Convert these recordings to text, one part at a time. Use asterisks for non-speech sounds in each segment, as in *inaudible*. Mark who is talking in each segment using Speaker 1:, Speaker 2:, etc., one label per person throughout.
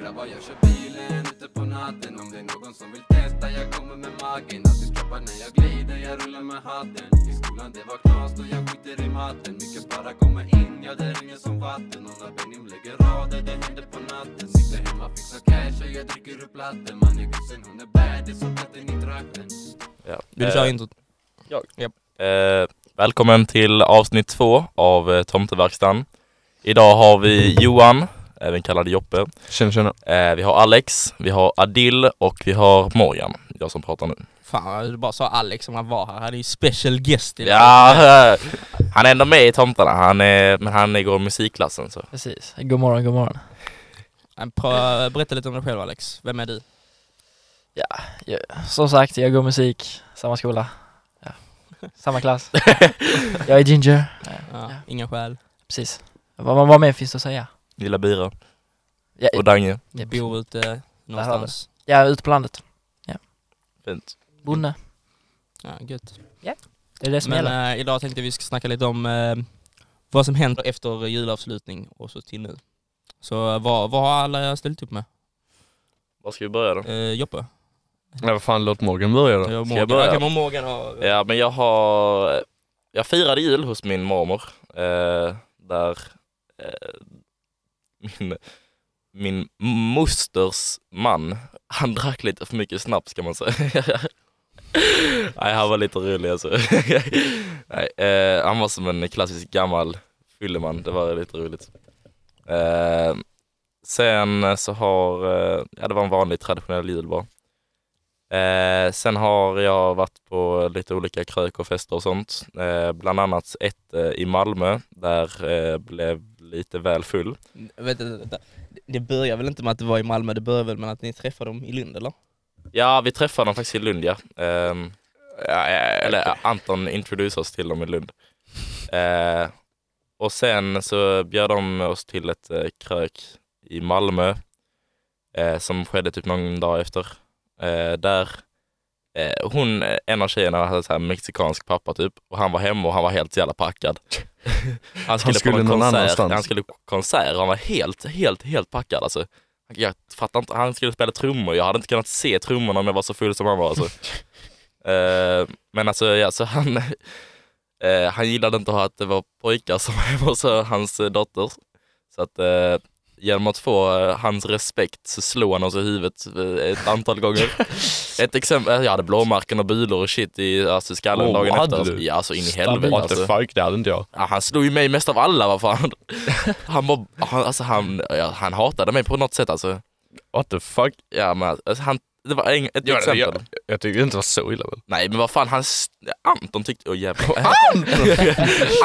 Speaker 1: grabbar jag kör bilen ute på natten Om det är någon som vill testa, jag kommer med magen Alltid skrapar när jag glider, jag rullar med hatten I skolan det var knas då jag skiter i matten Mycket sparrar kommer in, ja det ringer som vatten Och när Benim lägger rader, det händer på natten Sitter hemma, fixar cash och jag dricker ur platten Man är vuxen, hon är bad, det är som katten i trakten
Speaker 2: Ja.
Speaker 3: Vill du
Speaker 2: Eh,
Speaker 3: köra introt?
Speaker 2: Eh, välkommen till avsnitt två av eh, Tomteverkstan. Idag har vi Johan, även kallad Joppe.
Speaker 4: Tjena tjena.
Speaker 2: Eh, vi har Alex, vi har Adil och vi har Morgan, jag som pratar nu.
Speaker 3: Fan, du bara sa Alex om han var här. Han är ju special guest idag.
Speaker 2: Ja, eh, *laughs* han är ändå med i Tomtarna, han är, men han går musikklassen så.
Speaker 5: Precis. God morgon, god morgon.
Speaker 3: Men pra- Berätta lite om dig själv Alex. Vem
Speaker 5: *laughs*
Speaker 3: är du?
Speaker 5: Som sagt, jag går musik, samma skola, ja. samma klass. jag är Ginger.
Speaker 3: Ja,
Speaker 5: Ja.
Speaker 3: Inga skäl.
Speaker 5: Precis. Vad, vad, vad mer finns det att säga?
Speaker 2: Gillar bira
Speaker 5: Ja,
Speaker 2: och Dange.
Speaker 5: ja,
Speaker 3: Bor ute någonstans.
Speaker 5: ja ute på landet.
Speaker 2: Fint.
Speaker 5: Bonde.
Speaker 3: Ja, gött.
Speaker 5: Det är det som
Speaker 3: Men
Speaker 5: gäller.
Speaker 3: eh, idag tänkte vi ska snacka lite om eh, vad som händer efter julavslutning och så till nu. Så eh, vad, vad har alla ställt upp med?
Speaker 2: Var ska vi börja då?
Speaker 3: Eh, Joppe?
Speaker 4: Ja, vad fan, låt Morgan börja då.
Speaker 3: Jag
Speaker 2: Ska jag börja?
Speaker 3: Kan man Morgan ha...
Speaker 2: Ja men jag har, jag firade jul hos min mormor. Eh, där eh, min, min mosters man, han drack lite för mycket snaps kan man säga. *laughs* Nej han var lite rolig alltså. *laughs* Nej, eh, han var som en klassisk gammal fylleman, det var lite roligt. Eh, sen så har, eh, ja det var en vanlig traditionell jul bara. Eh, sen har jag varit på lite olika krök och fester och sånt. Eh, bland annat ett eh, i Malmö där eh, blev lite väl full.
Speaker 3: Vänta, vänta, vänta. Det börjar väl inte med att det var i Malmö, det börjar väl med att ni träffade dem i Lund eller?
Speaker 2: Ja, vi träffade dem faktiskt i Lund ja. Ehm, ja, ja, eller ja, Anton introducerade oss till dem i Lund. Eh, och sen så bjöd de oss till ett eh, krök i Malmö eh, som skedde typ någon dag efter. Eh, där eh, hon, eh, en av tjejerna hade så här mexikansk pappa typ och han var hemma och han var helt jävla packad. han skulle,
Speaker 4: skulle
Speaker 2: på någon
Speaker 4: någon
Speaker 2: konsert,
Speaker 4: annanstans.
Speaker 2: han skulle på konsert och han var helt, helt, helt packad alltså. Jag fattar inte, han skulle spela trummor, jag hade inte kunnat se trummorna om jag var så full som han var
Speaker 4: *laughs*
Speaker 2: alltså. Eh, men alltså, ja, så han, eh, han gillade inte att det var pojkar som var hemma hos hans eh, dotter. Så att eh, genom att få eh, hans respekt så slog han oss i huvudet eh, ett antal
Speaker 4: *laughs*
Speaker 2: gånger. ett exempel, jag hade blåmärken och bulor och shit i alltså, skallen
Speaker 4: Wow,
Speaker 2: dagen
Speaker 4: hade
Speaker 2: efter.
Speaker 4: du?
Speaker 2: Ja, alltså in i helvete
Speaker 4: What the
Speaker 2: alltså.
Speaker 4: fuck, det hade inte jag.
Speaker 2: Ja, han slog ju mig mest av alla, vad
Speaker 4: *laughs*
Speaker 2: fan. Han, var, han, alltså, han, ja, han hatade mig på något sätt alltså.
Speaker 4: What the fuck.
Speaker 2: Ja, men, alltså han, det var en, ett
Speaker 4: Jag,
Speaker 2: exempel.
Speaker 4: jag, jag tycker inte det var så illa väl?
Speaker 2: Nej men vad fan, han, s- Anton tyckte, åh
Speaker 4: *laughs*
Speaker 2: jävlar.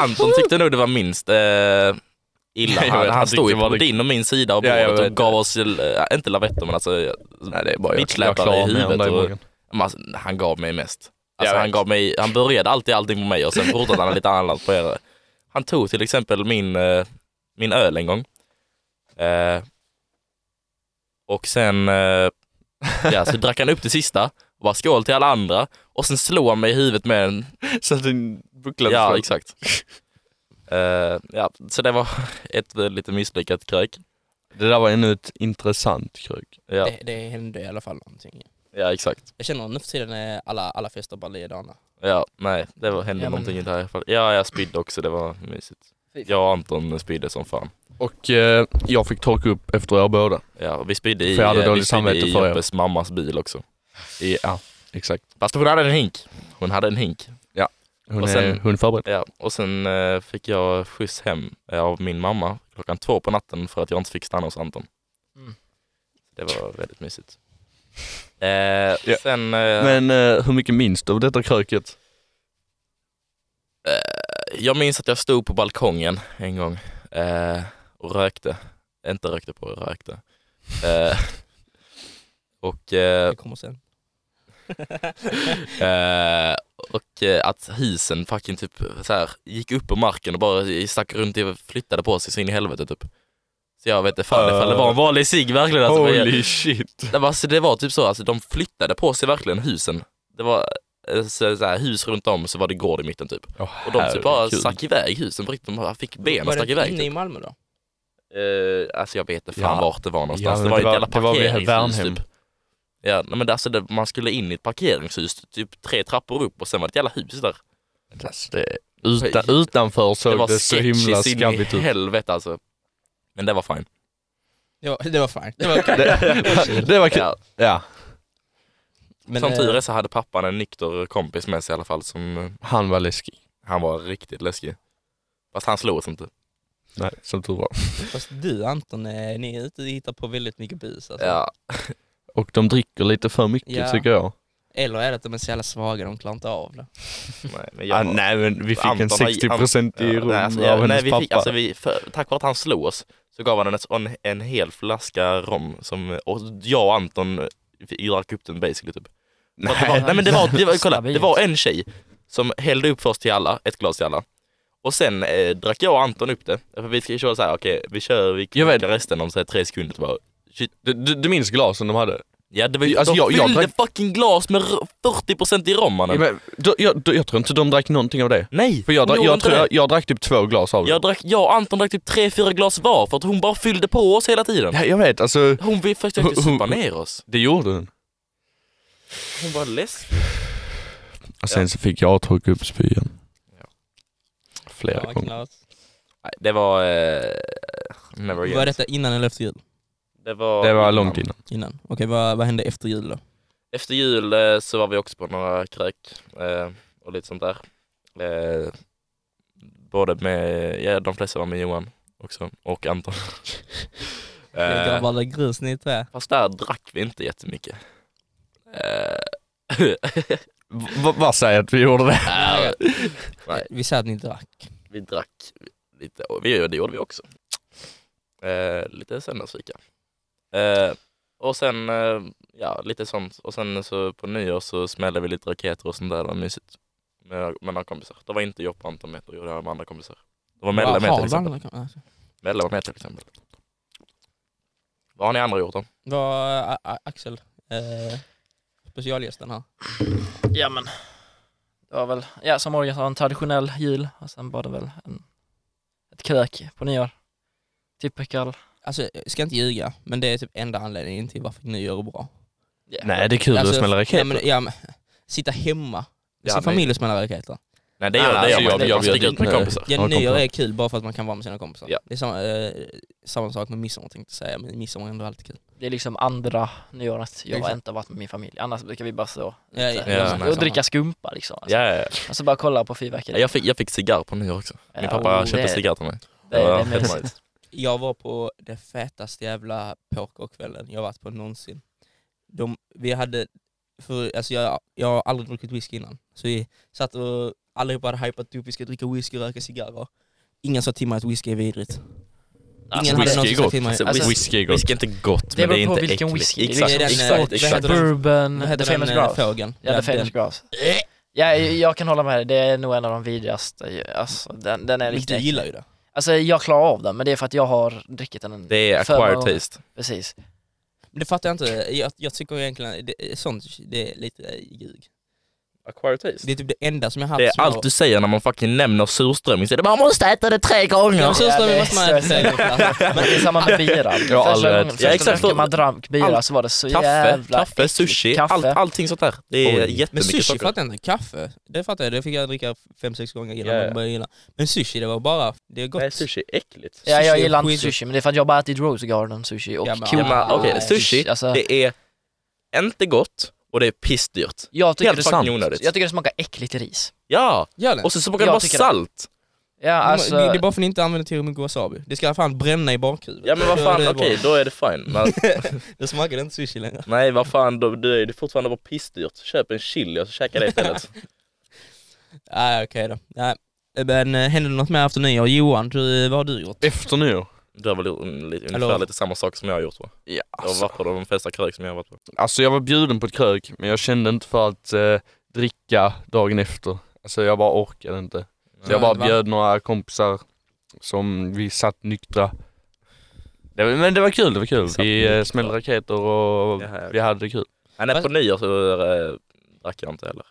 Speaker 2: *laughs* Anton tyckte nog det var minst eh, illa.
Speaker 4: *laughs* Jag vet,
Speaker 2: Han, han
Speaker 4: han
Speaker 2: stod ju
Speaker 4: tyckte
Speaker 2: på
Speaker 4: det var-
Speaker 2: din och min sida av
Speaker 4: Ja, jag
Speaker 2: bordet och
Speaker 4: vet.
Speaker 2: gav oss, eh, inte lavetter men alltså,
Speaker 4: Nej det är bara
Speaker 2: jag- jag klarar mig om dig, Morgan. *laughs* men alltså, han gav mig mest. Alltså,
Speaker 4: Jag
Speaker 2: han,
Speaker 4: vet.
Speaker 2: gav mig, han började alltid allting på mig och
Speaker 4: *laughs*
Speaker 2: sen fortsatte han lite annat på er. Han tog till exempel min, eh, min öl en gång. Eh, och sen eh, ja, så drack han upp det sista och bara skål till alla andra och sen slog han mig i huvudet med en
Speaker 4: Så att din buckla
Speaker 2: Ja, exakt. Eh, ja, så det var *laughs* ett eh, lite misslyckat krök.
Speaker 4: Det där var ännu ett intressant krök.
Speaker 2: Ja,
Speaker 3: Det, det hände i alla fall någonting.
Speaker 2: ja exakt.
Speaker 3: Jag känner nu för tiden är alla, alla fester bara likadana.
Speaker 2: Ja, nej, det var, hände
Speaker 5: Ja, men-
Speaker 2: någonting i det här fallet. Ja, jag spydde också, det var mysigt. Jag och Anton spydde som fan.
Speaker 4: Och eh, jag fick torka upp efter er båda.
Speaker 2: Ja, och vi spydde i,
Speaker 4: För jag hade
Speaker 2: eh, vi
Speaker 4: dåligt
Speaker 2: spydde
Speaker 4: samvete
Speaker 2: i
Speaker 4: för er.
Speaker 2: Joppes mammas bil också.
Speaker 4: Ja, exakt.
Speaker 2: Fast hon hade en hink. Hon hade en hink.
Speaker 4: Hon,
Speaker 2: Och
Speaker 4: är,
Speaker 2: sen-
Speaker 4: hon är förberedd.
Speaker 2: Ja, och sen eh, fick jag skjuts hem eh, av min mamma klockan två på natten för att jag inte fick stanna hos Anton.
Speaker 5: Mm.
Speaker 2: Det var väldigt mysigt. Eh, Sen... Eh,
Speaker 4: Men eh, hur mycket minns du av detta kröket?
Speaker 2: Eh, Jag minns att jag stod på balkongen en gång eh, och rökte. Inte rökte på, rökte. Eh, *laughs* och eh, *laughs*
Speaker 3: Det kommer sen.
Speaker 2: eh, och eh, att husen fucking typ så här, gick upp på marken och bara stack runt och flyttade på sig så in i helvete typ. Så jag vet inte fan ifall det var en vanlig cigg verkligen. Alltså, men jag-
Speaker 4: shit.
Speaker 2: det, var, alltså, det var typ så, alltså, de flyttade på sig verkligen husen. Det var eh, så, så här, hus runt om så var det gård i typ mitten typ. Och de typ bara stack iväg husen på riktigt. De bara fick ben och
Speaker 3: Var
Speaker 2: stack
Speaker 3: det
Speaker 2: iväg.
Speaker 3: inne
Speaker 2: typ.
Speaker 3: i Malmö då?
Speaker 2: Eh, alltså jag vet inte fan
Speaker 4: Ja.
Speaker 2: vart det var någonstans.
Speaker 4: Ja,
Speaker 2: det
Speaker 4: men
Speaker 2: var
Speaker 4: det
Speaker 2: ett
Speaker 4: var-
Speaker 2: jävla
Speaker 4: det var vid
Speaker 2: parkeringshus
Speaker 4: Värnhem.
Speaker 2: typ. Ja, nej, men alltså det, man skulle in i ett parkeringshus, typ tre trappor upp och sen var det ett jävla hus där.
Speaker 4: Alltså, det, utan, utanför
Speaker 2: Det
Speaker 4: såg
Speaker 2: var
Speaker 4: det, så himla
Speaker 2: sketchigt in i
Speaker 4: skabbigt ut.
Speaker 2: helvete alltså. Men det var fine.
Speaker 3: Det var, det var fine. Det var okej.
Speaker 4: Det, det var
Speaker 2: *laughs*
Speaker 4: kul.
Speaker 2: Ja.
Speaker 4: Ja,
Speaker 3: Men,
Speaker 2: Som
Speaker 3: eh,
Speaker 2: tur är så hade pappan en nykter kompis med sig i alla fall som, eh,
Speaker 4: han var läskig.
Speaker 2: han var riktigt läskig. Fast han slog oss inte.
Speaker 4: Nej, som tur var.
Speaker 3: Fast du Anton, eh, ni är ute och hittar på väldigt mycket bus alltså.
Speaker 2: Ja.
Speaker 4: Och de dricker lite för mycket
Speaker 3: Ja.
Speaker 4: tycker jag.
Speaker 3: Eller är det att de är så jävla svaga, de klarar inte av det.
Speaker 2: Nej, men
Speaker 4: Ah,
Speaker 2: jag var-
Speaker 4: nej men vi fick
Speaker 2: Anton
Speaker 4: en
Speaker 2: har-
Speaker 4: 60% i
Speaker 2: Ja,
Speaker 4: rum
Speaker 2: nej, alltså,
Speaker 4: av
Speaker 2: jag-
Speaker 4: hennes
Speaker 2: nej, vi
Speaker 4: pappa.
Speaker 2: fick, alltså, vi, för, tack vare att han slog oss så gav han en, en, en hel flaska rom som och jag och Anton eh, vi drack upp den basically typ. Nej, det var, nej men det var, det var, kolla, det var en tjej som hällde upp först till alla, ett glas till alla. Och sen eh, drack jag och Anton upp det. För vi ska ju köra så här, okej vi kör, vi
Speaker 4: Jag vet.
Speaker 2: dricker resten om så här, tre sekunder. Typ. bara, Shit.
Speaker 4: du, du, du minns glasen de hade?
Speaker 2: Ja det var ju,
Speaker 4: Alltså,
Speaker 2: de
Speaker 4: jag- jag
Speaker 2: fyllde
Speaker 4: drack-
Speaker 2: fucking glas med r- 40% i rom mannen.
Speaker 4: Ja, men, du, jag, du, jag tror inte de drack någonting av det.
Speaker 2: Nej!
Speaker 4: För jag, drack,
Speaker 2: gjorde
Speaker 4: jag,
Speaker 2: inte
Speaker 4: tror,
Speaker 2: det.
Speaker 4: jag, jag drack typ två glas av det.
Speaker 2: Jag, drack, jag och Anton drack typ tre, fyra glas var för att hon bara fyllde på oss hela tiden.
Speaker 4: Ja, jag vet, alltså
Speaker 2: Hon vill- försökte
Speaker 4: Hon-
Speaker 2: supa
Speaker 4: hon-
Speaker 2: ner oss.
Speaker 4: det gjorde den.
Speaker 2: Hon var less.
Speaker 4: Och sen så fick jag torka upp spyan.
Speaker 2: Ja.
Speaker 4: Flera
Speaker 3: Ja,
Speaker 4: gånger.
Speaker 3: klart.
Speaker 2: Nej, det var... Eh, never
Speaker 3: Var
Speaker 2: again.
Speaker 3: detta innan eller efter jul?
Speaker 2: Det var,
Speaker 4: Det var långt innan.
Speaker 3: Innan. Okej, vad, vad hände efter jul då?
Speaker 2: Eh. Efter jul eh, så var vi också på några krök eh, och lite sånt där. Eh, både med, ja de flesta var med Johan också och Anton.
Speaker 3: Äh.
Speaker 2: eh,
Speaker 3: Grabbar, *laughs* det är grus ni två.
Speaker 2: fast där drack vi inte jättemycket. Eh,
Speaker 4: V- vad säger att vi gjorde det?
Speaker 2: eh, Nej.
Speaker 3: Vi sa att ni drack.
Speaker 2: vi drack lite, och vi, det gjorde vi också. Eh, lite söndagsfika. Eh, och sen, eh, ja lite sånt. Och sen så på nyår så smällde vi lite raketer och sånt där, det var mysigt. Med, med några kompisar. Det var inte Joppa och Anton med, då gjorde jag med andra kompisar. Det var Mella
Speaker 3: Vad
Speaker 2: med
Speaker 3: har
Speaker 2: till exempel.
Speaker 3: varandra- alltså.
Speaker 2: Mella var med till exempel. Vad har ni andra gjort då?
Speaker 3: Vad, A- A- Axel, eh, specialgästen här.
Speaker 5: Ja men, det var väl, ja som Morgan sa, en traditionell jul och sen var det väl en, ett krök på nyår. Typical.
Speaker 3: Alltså, jag ska inte ljuga, men det är typ enda anledningen till varför nyår är bra.
Speaker 5: Yeah.
Speaker 4: Nej det är kul
Speaker 3: Alltså,
Speaker 4: att smälla raketer.
Speaker 3: Ja, men, ja, men, sitta hemma
Speaker 2: Ja,
Speaker 3: med sin
Speaker 2: nej.
Speaker 3: familj och smälla raketer.
Speaker 2: Nej det gör,
Speaker 4: Nej,
Speaker 2: det gör man
Speaker 4: alltså, jag-
Speaker 2: inte,
Speaker 4: jag
Speaker 2: man sticker
Speaker 4: bjöd
Speaker 2: ut med
Speaker 4: in-
Speaker 2: kompisar.
Speaker 3: Ja,
Speaker 4: Ja,
Speaker 3: nyår
Speaker 4: kompisar.
Speaker 3: är kul bara för att man kan vara med sina kompisar.
Speaker 2: Ja.
Speaker 3: Det är samma, eh, samma sak med midsommar tänkte jag säga, men midsommar är ändå alltid kul.
Speaker 5: Det är liksom andra nyåret jag
Speaker 3: Exakt.
Speaker 5: inte har varit med min familj, annars brukar vi bara stå
Speaker 3: Ja, ja,
Speaker 5: ute
Speaker 2: ja,
Speaker 5: och-
Speaker 2: nej,
Speaker 5: och
Speaker 3: samma.
Speaker 5: dricka skumpa liksom. Alltså.
Speaker 2: Ja, ja,
Speaker 5: Och så bara kolla på
Speaker 2: ja.
Speaker 5: fyrverkerier.
Speaker 2: Jag, fick, jag fick cigarr på nyår också. Min
Speaker 5: Ja,
Speaker 2: pappa
Speaker 5: oh,
Speaker 2: köpte
Speaker 5: det-
Speaker 2: cigarr till mig.
Speaker 5: det- det är
Speaker 2: var
Speaker 5: mysigt.
Speaker 2: nice.
Speaker 3: Jag var på det fetaste jävla pokerkvällen jag varit på någonsin. De, vi hade, för, alltså jag, jag har aldrig druckit whisky innan, så vi satt och allihopa hade hypat upp, vi ska dricka whisky och röka cigarrer. Ingen sa till mig att whisky är vidrigt.
Speaker 5: Alltså,
Speaker 3: Ingen hade
Speaker 4: whisky
Speaker 3: någon
Speaker 4: är
Speaker 3: som sa
Speaker 4: gott.
Speaker 3: till mig.
Speaker 2: Alltså,
Speaker 5: Alltså,
Speaker 2: whisky är gott. Whisky är inte gott,
Speaker 5: Det
Speaker 2: men det är
Speaker 5: beror
Speaker 2: inte
Speaker 5: på vilken
Speaker 2: äckligt.
Speaker 5: whisky. Det är
Speaker 2: Exakt,
Speaker 3: den, eh,
Speaker 2: exakt,
Speaker 3: vad
Speaker 2: exakt.
Speaker 3: heter den?
Speaker 5: Bourbon,
Speaker 3: Vad hette
Speaker 5: The
Speaker 3: den
Speaker 5: Famous
Speaker 3: eh,
Speaker 5: Grouse.
Speaker 3: fågeln?
Speaker 5: Ja, The Famous
Speaker 3: den-
Speaker 5: Grouse. Ja, jag kan hålla med dig, det är nog en av de vidrigaste. Alltså, den, den är
Speaker 3: Men du
Speaker 5: riktigt
Speaker 3: gillar ju det.
Speaker 5: Alltså jag klarar av den, men det är för att jag har druckit den.
Speaker 2: Det är
Speaker 5: för
Speaker 2: acquired
Speaker 5: många-
Speaker 2: taste.
Speaker 5: Precis.
Speaker 3: Men det fattar jag inte, jag, jag tycker egentligen det, sånt det är lite eh, ljug.
Speaker 2: Acquired taste?
Speaker 3: Det är typ det enda som jag haft
Speaker 2: Det är
Speaker 3: som jag-
Speaker 2: allt du säger när man fucking nämner surströmming. Så är det bara, man måste äta det tre gånger!
Speaker 3: Ja, så står vi
Speaker 5: det
Speaker 3: måste
Speaker 5: är
Speaker 3: man inte
Speaker 2: *laughs*
Speaker 5: så-
Speaker 3: säga något.
Speaker 5: Men det är samma med bira.
Speaker 4: aldrig
Speaker 5: första
Speaker 4: ätit.
Speaker 5: gången
Speaker 2: Ja,
Speaker 5: första
Speaker 2: exakt.
Speaker 5: gången man drack bira så var det så
Speaker 2: Kaffe,
Speaker 5: jävla
Speaker 2: kaffe,
Speaker 5: äckligt.
Speaker 2: sushi,
Speaker 5: Kaffe.
Speaker 2: Allt, allting sånt där. Det är
Speaker 4: Oj.
Speaker 3: Men
Speaker 2: jättemycket
Speaker 3: sushi
Speaker 2: socker.
Speaker 3: fattar jag inte, kaffe, det fattar jag, det fick jag dricka fem sex gånger innan
Speaker 2: Ja, ja.
Speaker 3: man började gilla. Men sushi det var bara, det är gott.
Speaker 2: Nej, sushi är äckligt.
Speaker 5: Ja, jag
Speaker 3: Sushi är
Speaker 5: gillar inte
Speaker 3: skitgott.
Speaker 5: sushi, men det är för att jag bara ätit Rose Garden sushi och
Speaker 3: Ja, men-
Speaker 5: Kuma.
Speaker 2: Ja, men okej,
Speaker 5: Nej,
Speaker 2: sushi,
Speaker 5: Alltså,
Speaker 2: Det är inte gott och det är pissdyrt.
Speaker 5: jag, tycker
Speaker 2: Helt
Speaker 5: det,
Speaker 2: fucking
Speaker 5: jag
Speaker 2: onödigt.
Speaker 5: tycker det smakar äckligt ris.
Speaker 2: Ja!
Speaker 3: Gör det.
Speaker 2: Och så smakar det
Speaker 5: Jag
Speaker 2: bara
Speaker 5: tycker det.
Speaker 2: salt.
Speaker 5: Ja, alltså,
Speaker 3: det, det är bara för att ni inte använder tillräckligt mycket wasabi. Det ska fan bränna i bakhuvudet.
Speaker 2: Ja men vad
Speaker 3: Då är
Speaker 2: fan,
Speaker 3: det
Speaker 2: okej
Speaker 3: bra.
Speaker 2: då är det fine. Men,
Speaker 3: Då smakar det inte sushi längre.
Speaker 2: nej vad fan, då, det är det fortfarande bara pissdyrt. Köp en chili och så käka det *laughs* istället.
Speaker 3: Nej okej då. Nej. Men eh, hände det något mer efter nyår? Johan, du, eh, vad har du gjort?
Speaker 4: Efter nyår.
Speaker 2: Du har väl gjort en- lite-
Speaker 3: Hallå?
Speaker 2: ungefär lite samma sak som jag har gjort va?
Speaker 4: Ja,
Speaker 2: Jag har varit på de flesta krök som jag har varit på.
Speaker 4: Alltså jag var bjuden på ett krök men jag kände inte för att eh, dricka dagen efter. Alltså jag bara orkade inte. Så
Speaker 3: Nej,
Speaker 4: jag bara
Speaker 3: va?
Speaker 4: bjöd några kompisar som vi satt nyktra. Det var, men det var kul, det var kul.
Speaker 2: Satt
Speaker 4: Vi eh,
Speaker 2: nyktra.
Speaker 4: smällde raketer och
Speaker 2: Ja, ja,
Speaker 4: vi hade det kul.
Speaker 2: Nej, nej
Speaker 3: Fast-
Speaker 2: på nyår så eh, drack jag inte heller.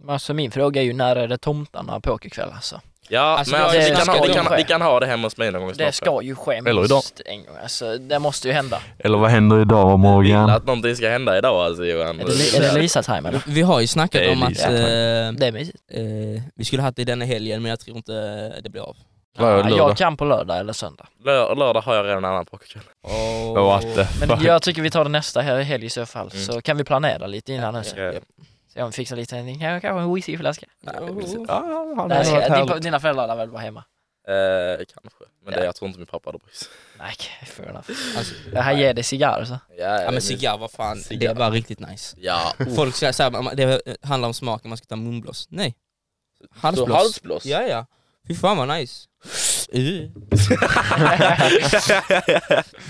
Speaker 5: Men Alltså min fråga är ju när är det tomtarna pokerkväll alltså?
Speaker 2: Ja,
Speaker 3: Alltså,
Speaker 2: men
Speaker 3: jag-
Speaker 2: alltså, vi,
Speaker 5: det
Speaker 2: kan
Speaker 5: ska
Speaker 2: ha, vi,
Speaker 5: nog
Speaker 2: kan,
Speaker 5: ske.
Speaker 2: vi kan ha det hemma hos mig någon gång
Speaker 5: Det
Speaker 2: snart.
Speaker 5: ska ju ske
Speaker 4: Eller idag.
Speaker 5: minst en gång, alltså det måste ju hända.
Speaker 4: Eller vad händer idag
Speaker 2: Jag vill
Speaker 4: Morgan?
Speaker 2: att någonting ska hända idag alltså Johan.
Speaker 5: Är det, li- är det Lisa-time eller?
Speaker 3: Vi har ju
Speaker 4: Det
Speaker 3: snackat
Speaker 4: är
Speaker 3: om att
Speaker 4: Lisa,
Speaker 3: eh,
Speaker 5: Det är mysigt.
Speaker 3: eh, vi skulle haft det denna helgen men jag tror inte det blir av.
Speaker 4: Lördag,
Speaker 5: Ja,
Speaker 4: lördag.
Speaker 5: jag kan på lördag eller söndag.
Speaker 2: Lör, lördag har jag redan en annan pokerkväll.
Speaker 3: Oh.
Speaker 4: What the
Speaker 5: Men
Speaker 4: fuck?
Speaker 5: jag tycker vi tar det nästa här i helg i så fall,
Speaker 2: Mm.
Speaker 5: så kan vi planera lite innan nu.
Speaker 3: Ja,
Speaker 5: Så
Speaker 3: ja.
Speaker 5: jag fixar lite, ni kan- kanske en whiskyflaska.
Speaker 4: Ja, han
Speaker 5: Nej,
Speaker 4: har varit
Speaker 5: din,
Speaker 4: härligt.
Speaker 5: dina föräldrar lär väl vara hemma?
Speaker 2: Eh, kanske. Men det,
Speaker 5: Ja.
Speaker 2: jag tror inte min pappa hade brytt sig.
Speaker 5: Nej, okej, fair enough.
Speaker 3: Alltså,
Speaker 5: Han ger dig cigarr så.
Speaker 2: Ja,
Speaker 3: ja men cigarr, vad fan, det
Speaker 2: Cigarr. Oh.
Speaker 3: var riktigt nice.
Speaker 2: Ja.
Speaker 3: Folk säger såhär, det handlar om smaken, man ska ta munblås. Nej.
Speaker 2: Så
Speaker 3: Halsblås.
Speaker 2: halsblås? *laughs*
Speaker 3: Ja ja. Fy fan vad nice. Uh.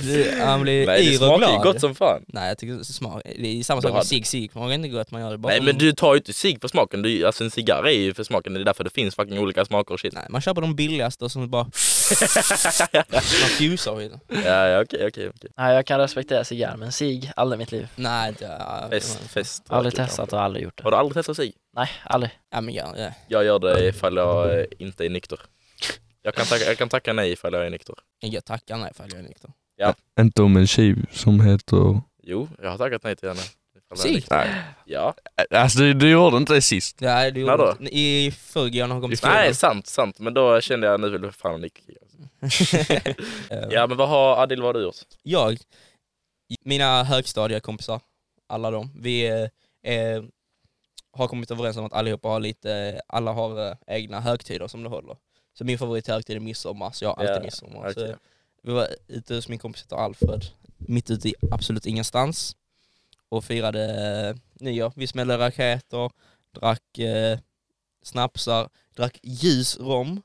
Speaker 3: Du, Han blir
Speaker 2: Nej det
Speaker 3: yr och
Speaker 2: smakar ju gott
Speaker 3: glad.
Speaker 2: som fan.
Speaker 3: Nej jag tycker smak, det är samma
Speaker 2: Du
Speaker 3: sak
Speaker 2: har-
Speaker 3: med cigg, cigg smakar inte gott, man gör det bara
Speaker 2: Nej men du tar ju inte cigg för smaken, du, alltså en cigarr är ju för smaken, det är därför det finns fucking olika smaker och shit.
Speaker 3: Nej, man köper de billigaste och
Speaker 2: *laughs*
Speaker 3: så bara... man fusar i den.
Speaker 2: Ja, ja okej okej okej.
Speaker 5: Nej, jag kan respektera cigarr, men cigg, aldrig i mitt liv.
Speaker 3: Nej, det... ja,
Speaker 2: Fest, fest.
Speaker 5: Aldrig
Speaker 2: Okej,
Speaker 5: testat
Speaker 2: kanske.
Speaker 5: och aldrig gjort det.
Speaker 2: Har du aldrig testat cigg?
Speaker 5: Nej, aldrig.
Speaker 3: Ja, men ja, ja.
Speaker 2: Jag gör det ifall jag eh, inte är nykter. Jag kan, tacka, jag kan tacka nej ifall jag är nykter.
Speaker 3: Jag tackar nej ifall jag är nykter.
Speaker 4: Inte om en tjej som heter...
Speaker 2: Jo, jag har tackat nej till henne. ifall jag är
Speaker 3: Cigg?
Speaker 2: nykter. Nej. Ja.
Speaker 4: Alltså du, du gjorde inte det sist.
Speaker 3: Nej, det gjorde
Speaker 2: När då?
Speaker 3: jag inte. I förrgår när hon kom till skolan.
Speaker 2: Nej, sant, sant. Men då kände jag nu vill jag fan Nick.
Speaker 3: *laughs* Eh,
Speaker 2: Ja men vad har Adil, vad har du gjort?
Speaker 3: Jag, mina högstadiekompisar, alla de, vi eh, eh, har kommit överens om att allihopa har lite, alla har eh, egna högtider som de håller. Så min favorithögtid är midsommar, så jag har alltid
Speaker 2: Ja,
Speaker 3: midsommar. Så,
Speaker 2: Okej.
Speaker 3: Vi var ute hos min kompis heter Alfred, mitt ute i absolut ingenstans. Och firade eh, nyår. Vi smällde raketer, drack eh, snapsar, drack ljus rom.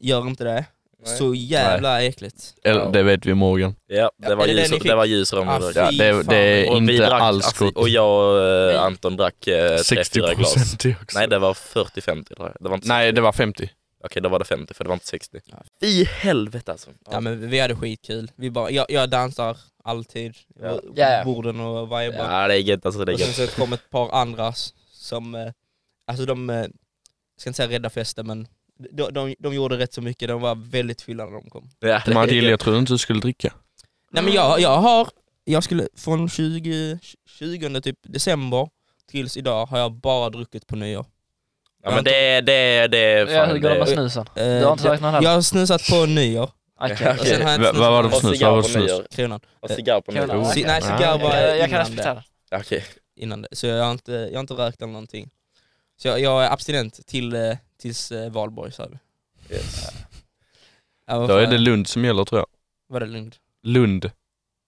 Speaker 3: Gör inte det.
Speaker 2: Nej.
Speaker 3: Så jävla äckligt.
Speaker 4: Eller
Speaker 2: Ja.
Speaker 4: det vet vi Morgan.
Speaker 2: Ja, det
Speaker 3: Ja,
Speaker 2: var
Speaker 3: är det
Speaker 2: ljus,
Speaker 3: den ni
Speaker 2: det
Speaker 3: fick?
Speaker 2: var ljus rom.
Speaker 3: Ah,
Speaker 2: och-
Speaker 3: fy
Speaker 4: Ja, det,
Speaker 3: fan.
Speaker 4: det är
Speaker 2: och vi
Speaker 4: inte
Speaker 2: drack,
Speaker 4: alls
Speaker 2: alltså,
Speaker 4: gott.
Speaker 2: Och jag och eh, Anton drack eh,
Speaker 4: 60
Speaker 2: 3-4 glas.
Speaker 4: procent också.
Speaker 2: Nej det var 40-50 tror jag. Det var inte
Speaker 4: Nej,
Speaker 2: 60.
Speaker 4: det var 50.
Speaker 2: Okej då var det 50 för det var inte 60.
Speaker 3: Ja.
Speaker 2: Fy helvete alltså.
Speaker 3: Ja, men vi hade skitkul. Vi bara, jag, jag dansar alltid,
Speaker 2: Ja.
Speaker 5: Ja, ja.
Speaker 3: borden och vibar.
Speaker 2: Ja, det är gött alltså, det är
Speaker 3: och sen
Speaker 2: gött.
Speaker 3: så kom ett par andra s- som, eh, alltså de, eh, jag ska inte säga rädda festen men de, de, de gjorde rätt så mycket, de var väldigt fyllda när de kom.
Speaker 2: Ja, det är
Speaker 4: Matilda,
Speaker 2: gött.
Speaker 4: jag trodde inte du skulle dricka.
Speaker 3: Nej men jag, jag har, jag skulle från 20, 20 typ december tills idag har jag bara druckit på nyår.
Speaker 2: Ja men det, det, det,
Speaker 5: Ja, hur
Speaker 2: fan,
Speaker 5: går det med
Speaker 2: det.
Speaker 5: snusen?
Speaker 3: Eh,
Speaker 5: Du har inte tagit någon heller?
Speaker 3: jag har snusat på nyår,
Speaker 5: Okej.
Speaker 3: och sen har jag
Speaker 4: Va-
Speaker 3: inte
Speaker 4: vad var det
Speaker 3: snusat
Speaker 4: för
Speaker 3: på
Speaker 4: snus? Oh. Ah.
Speaker 2: cigarr
Speaker 4: Vad
Speaker 2: på nyår.
Speaker 4: var det för snus?
Speaker 3: kronan.
Speaker 2: Och cigarr på
Speaker 5: Kul.
Speaker 2: nyår.
Speaker 5: Ja.
Speaker 3: Si- nej cigarr var
Speaker 5: Jag,
Speaker 3: innan
Speaker 5: jag kan
Speaker 3: det,
Speaker 5: respektera.
Speaker 2: Okej.
Speaker 3: innan det, så jag har inte, jag har inte rökt eller någonting. Så jag, jag är abstinent till, eh, tills eh, valborg sa vi.
Speaker 2: Yes.
Speaker 3: Ja, vad
Speaker 4: Då är
Speaker 3: fan,
Speaker 4: det Lund som gäller tror jag.
Speaker 3: var det lugnt?
Speaker 4: Lund.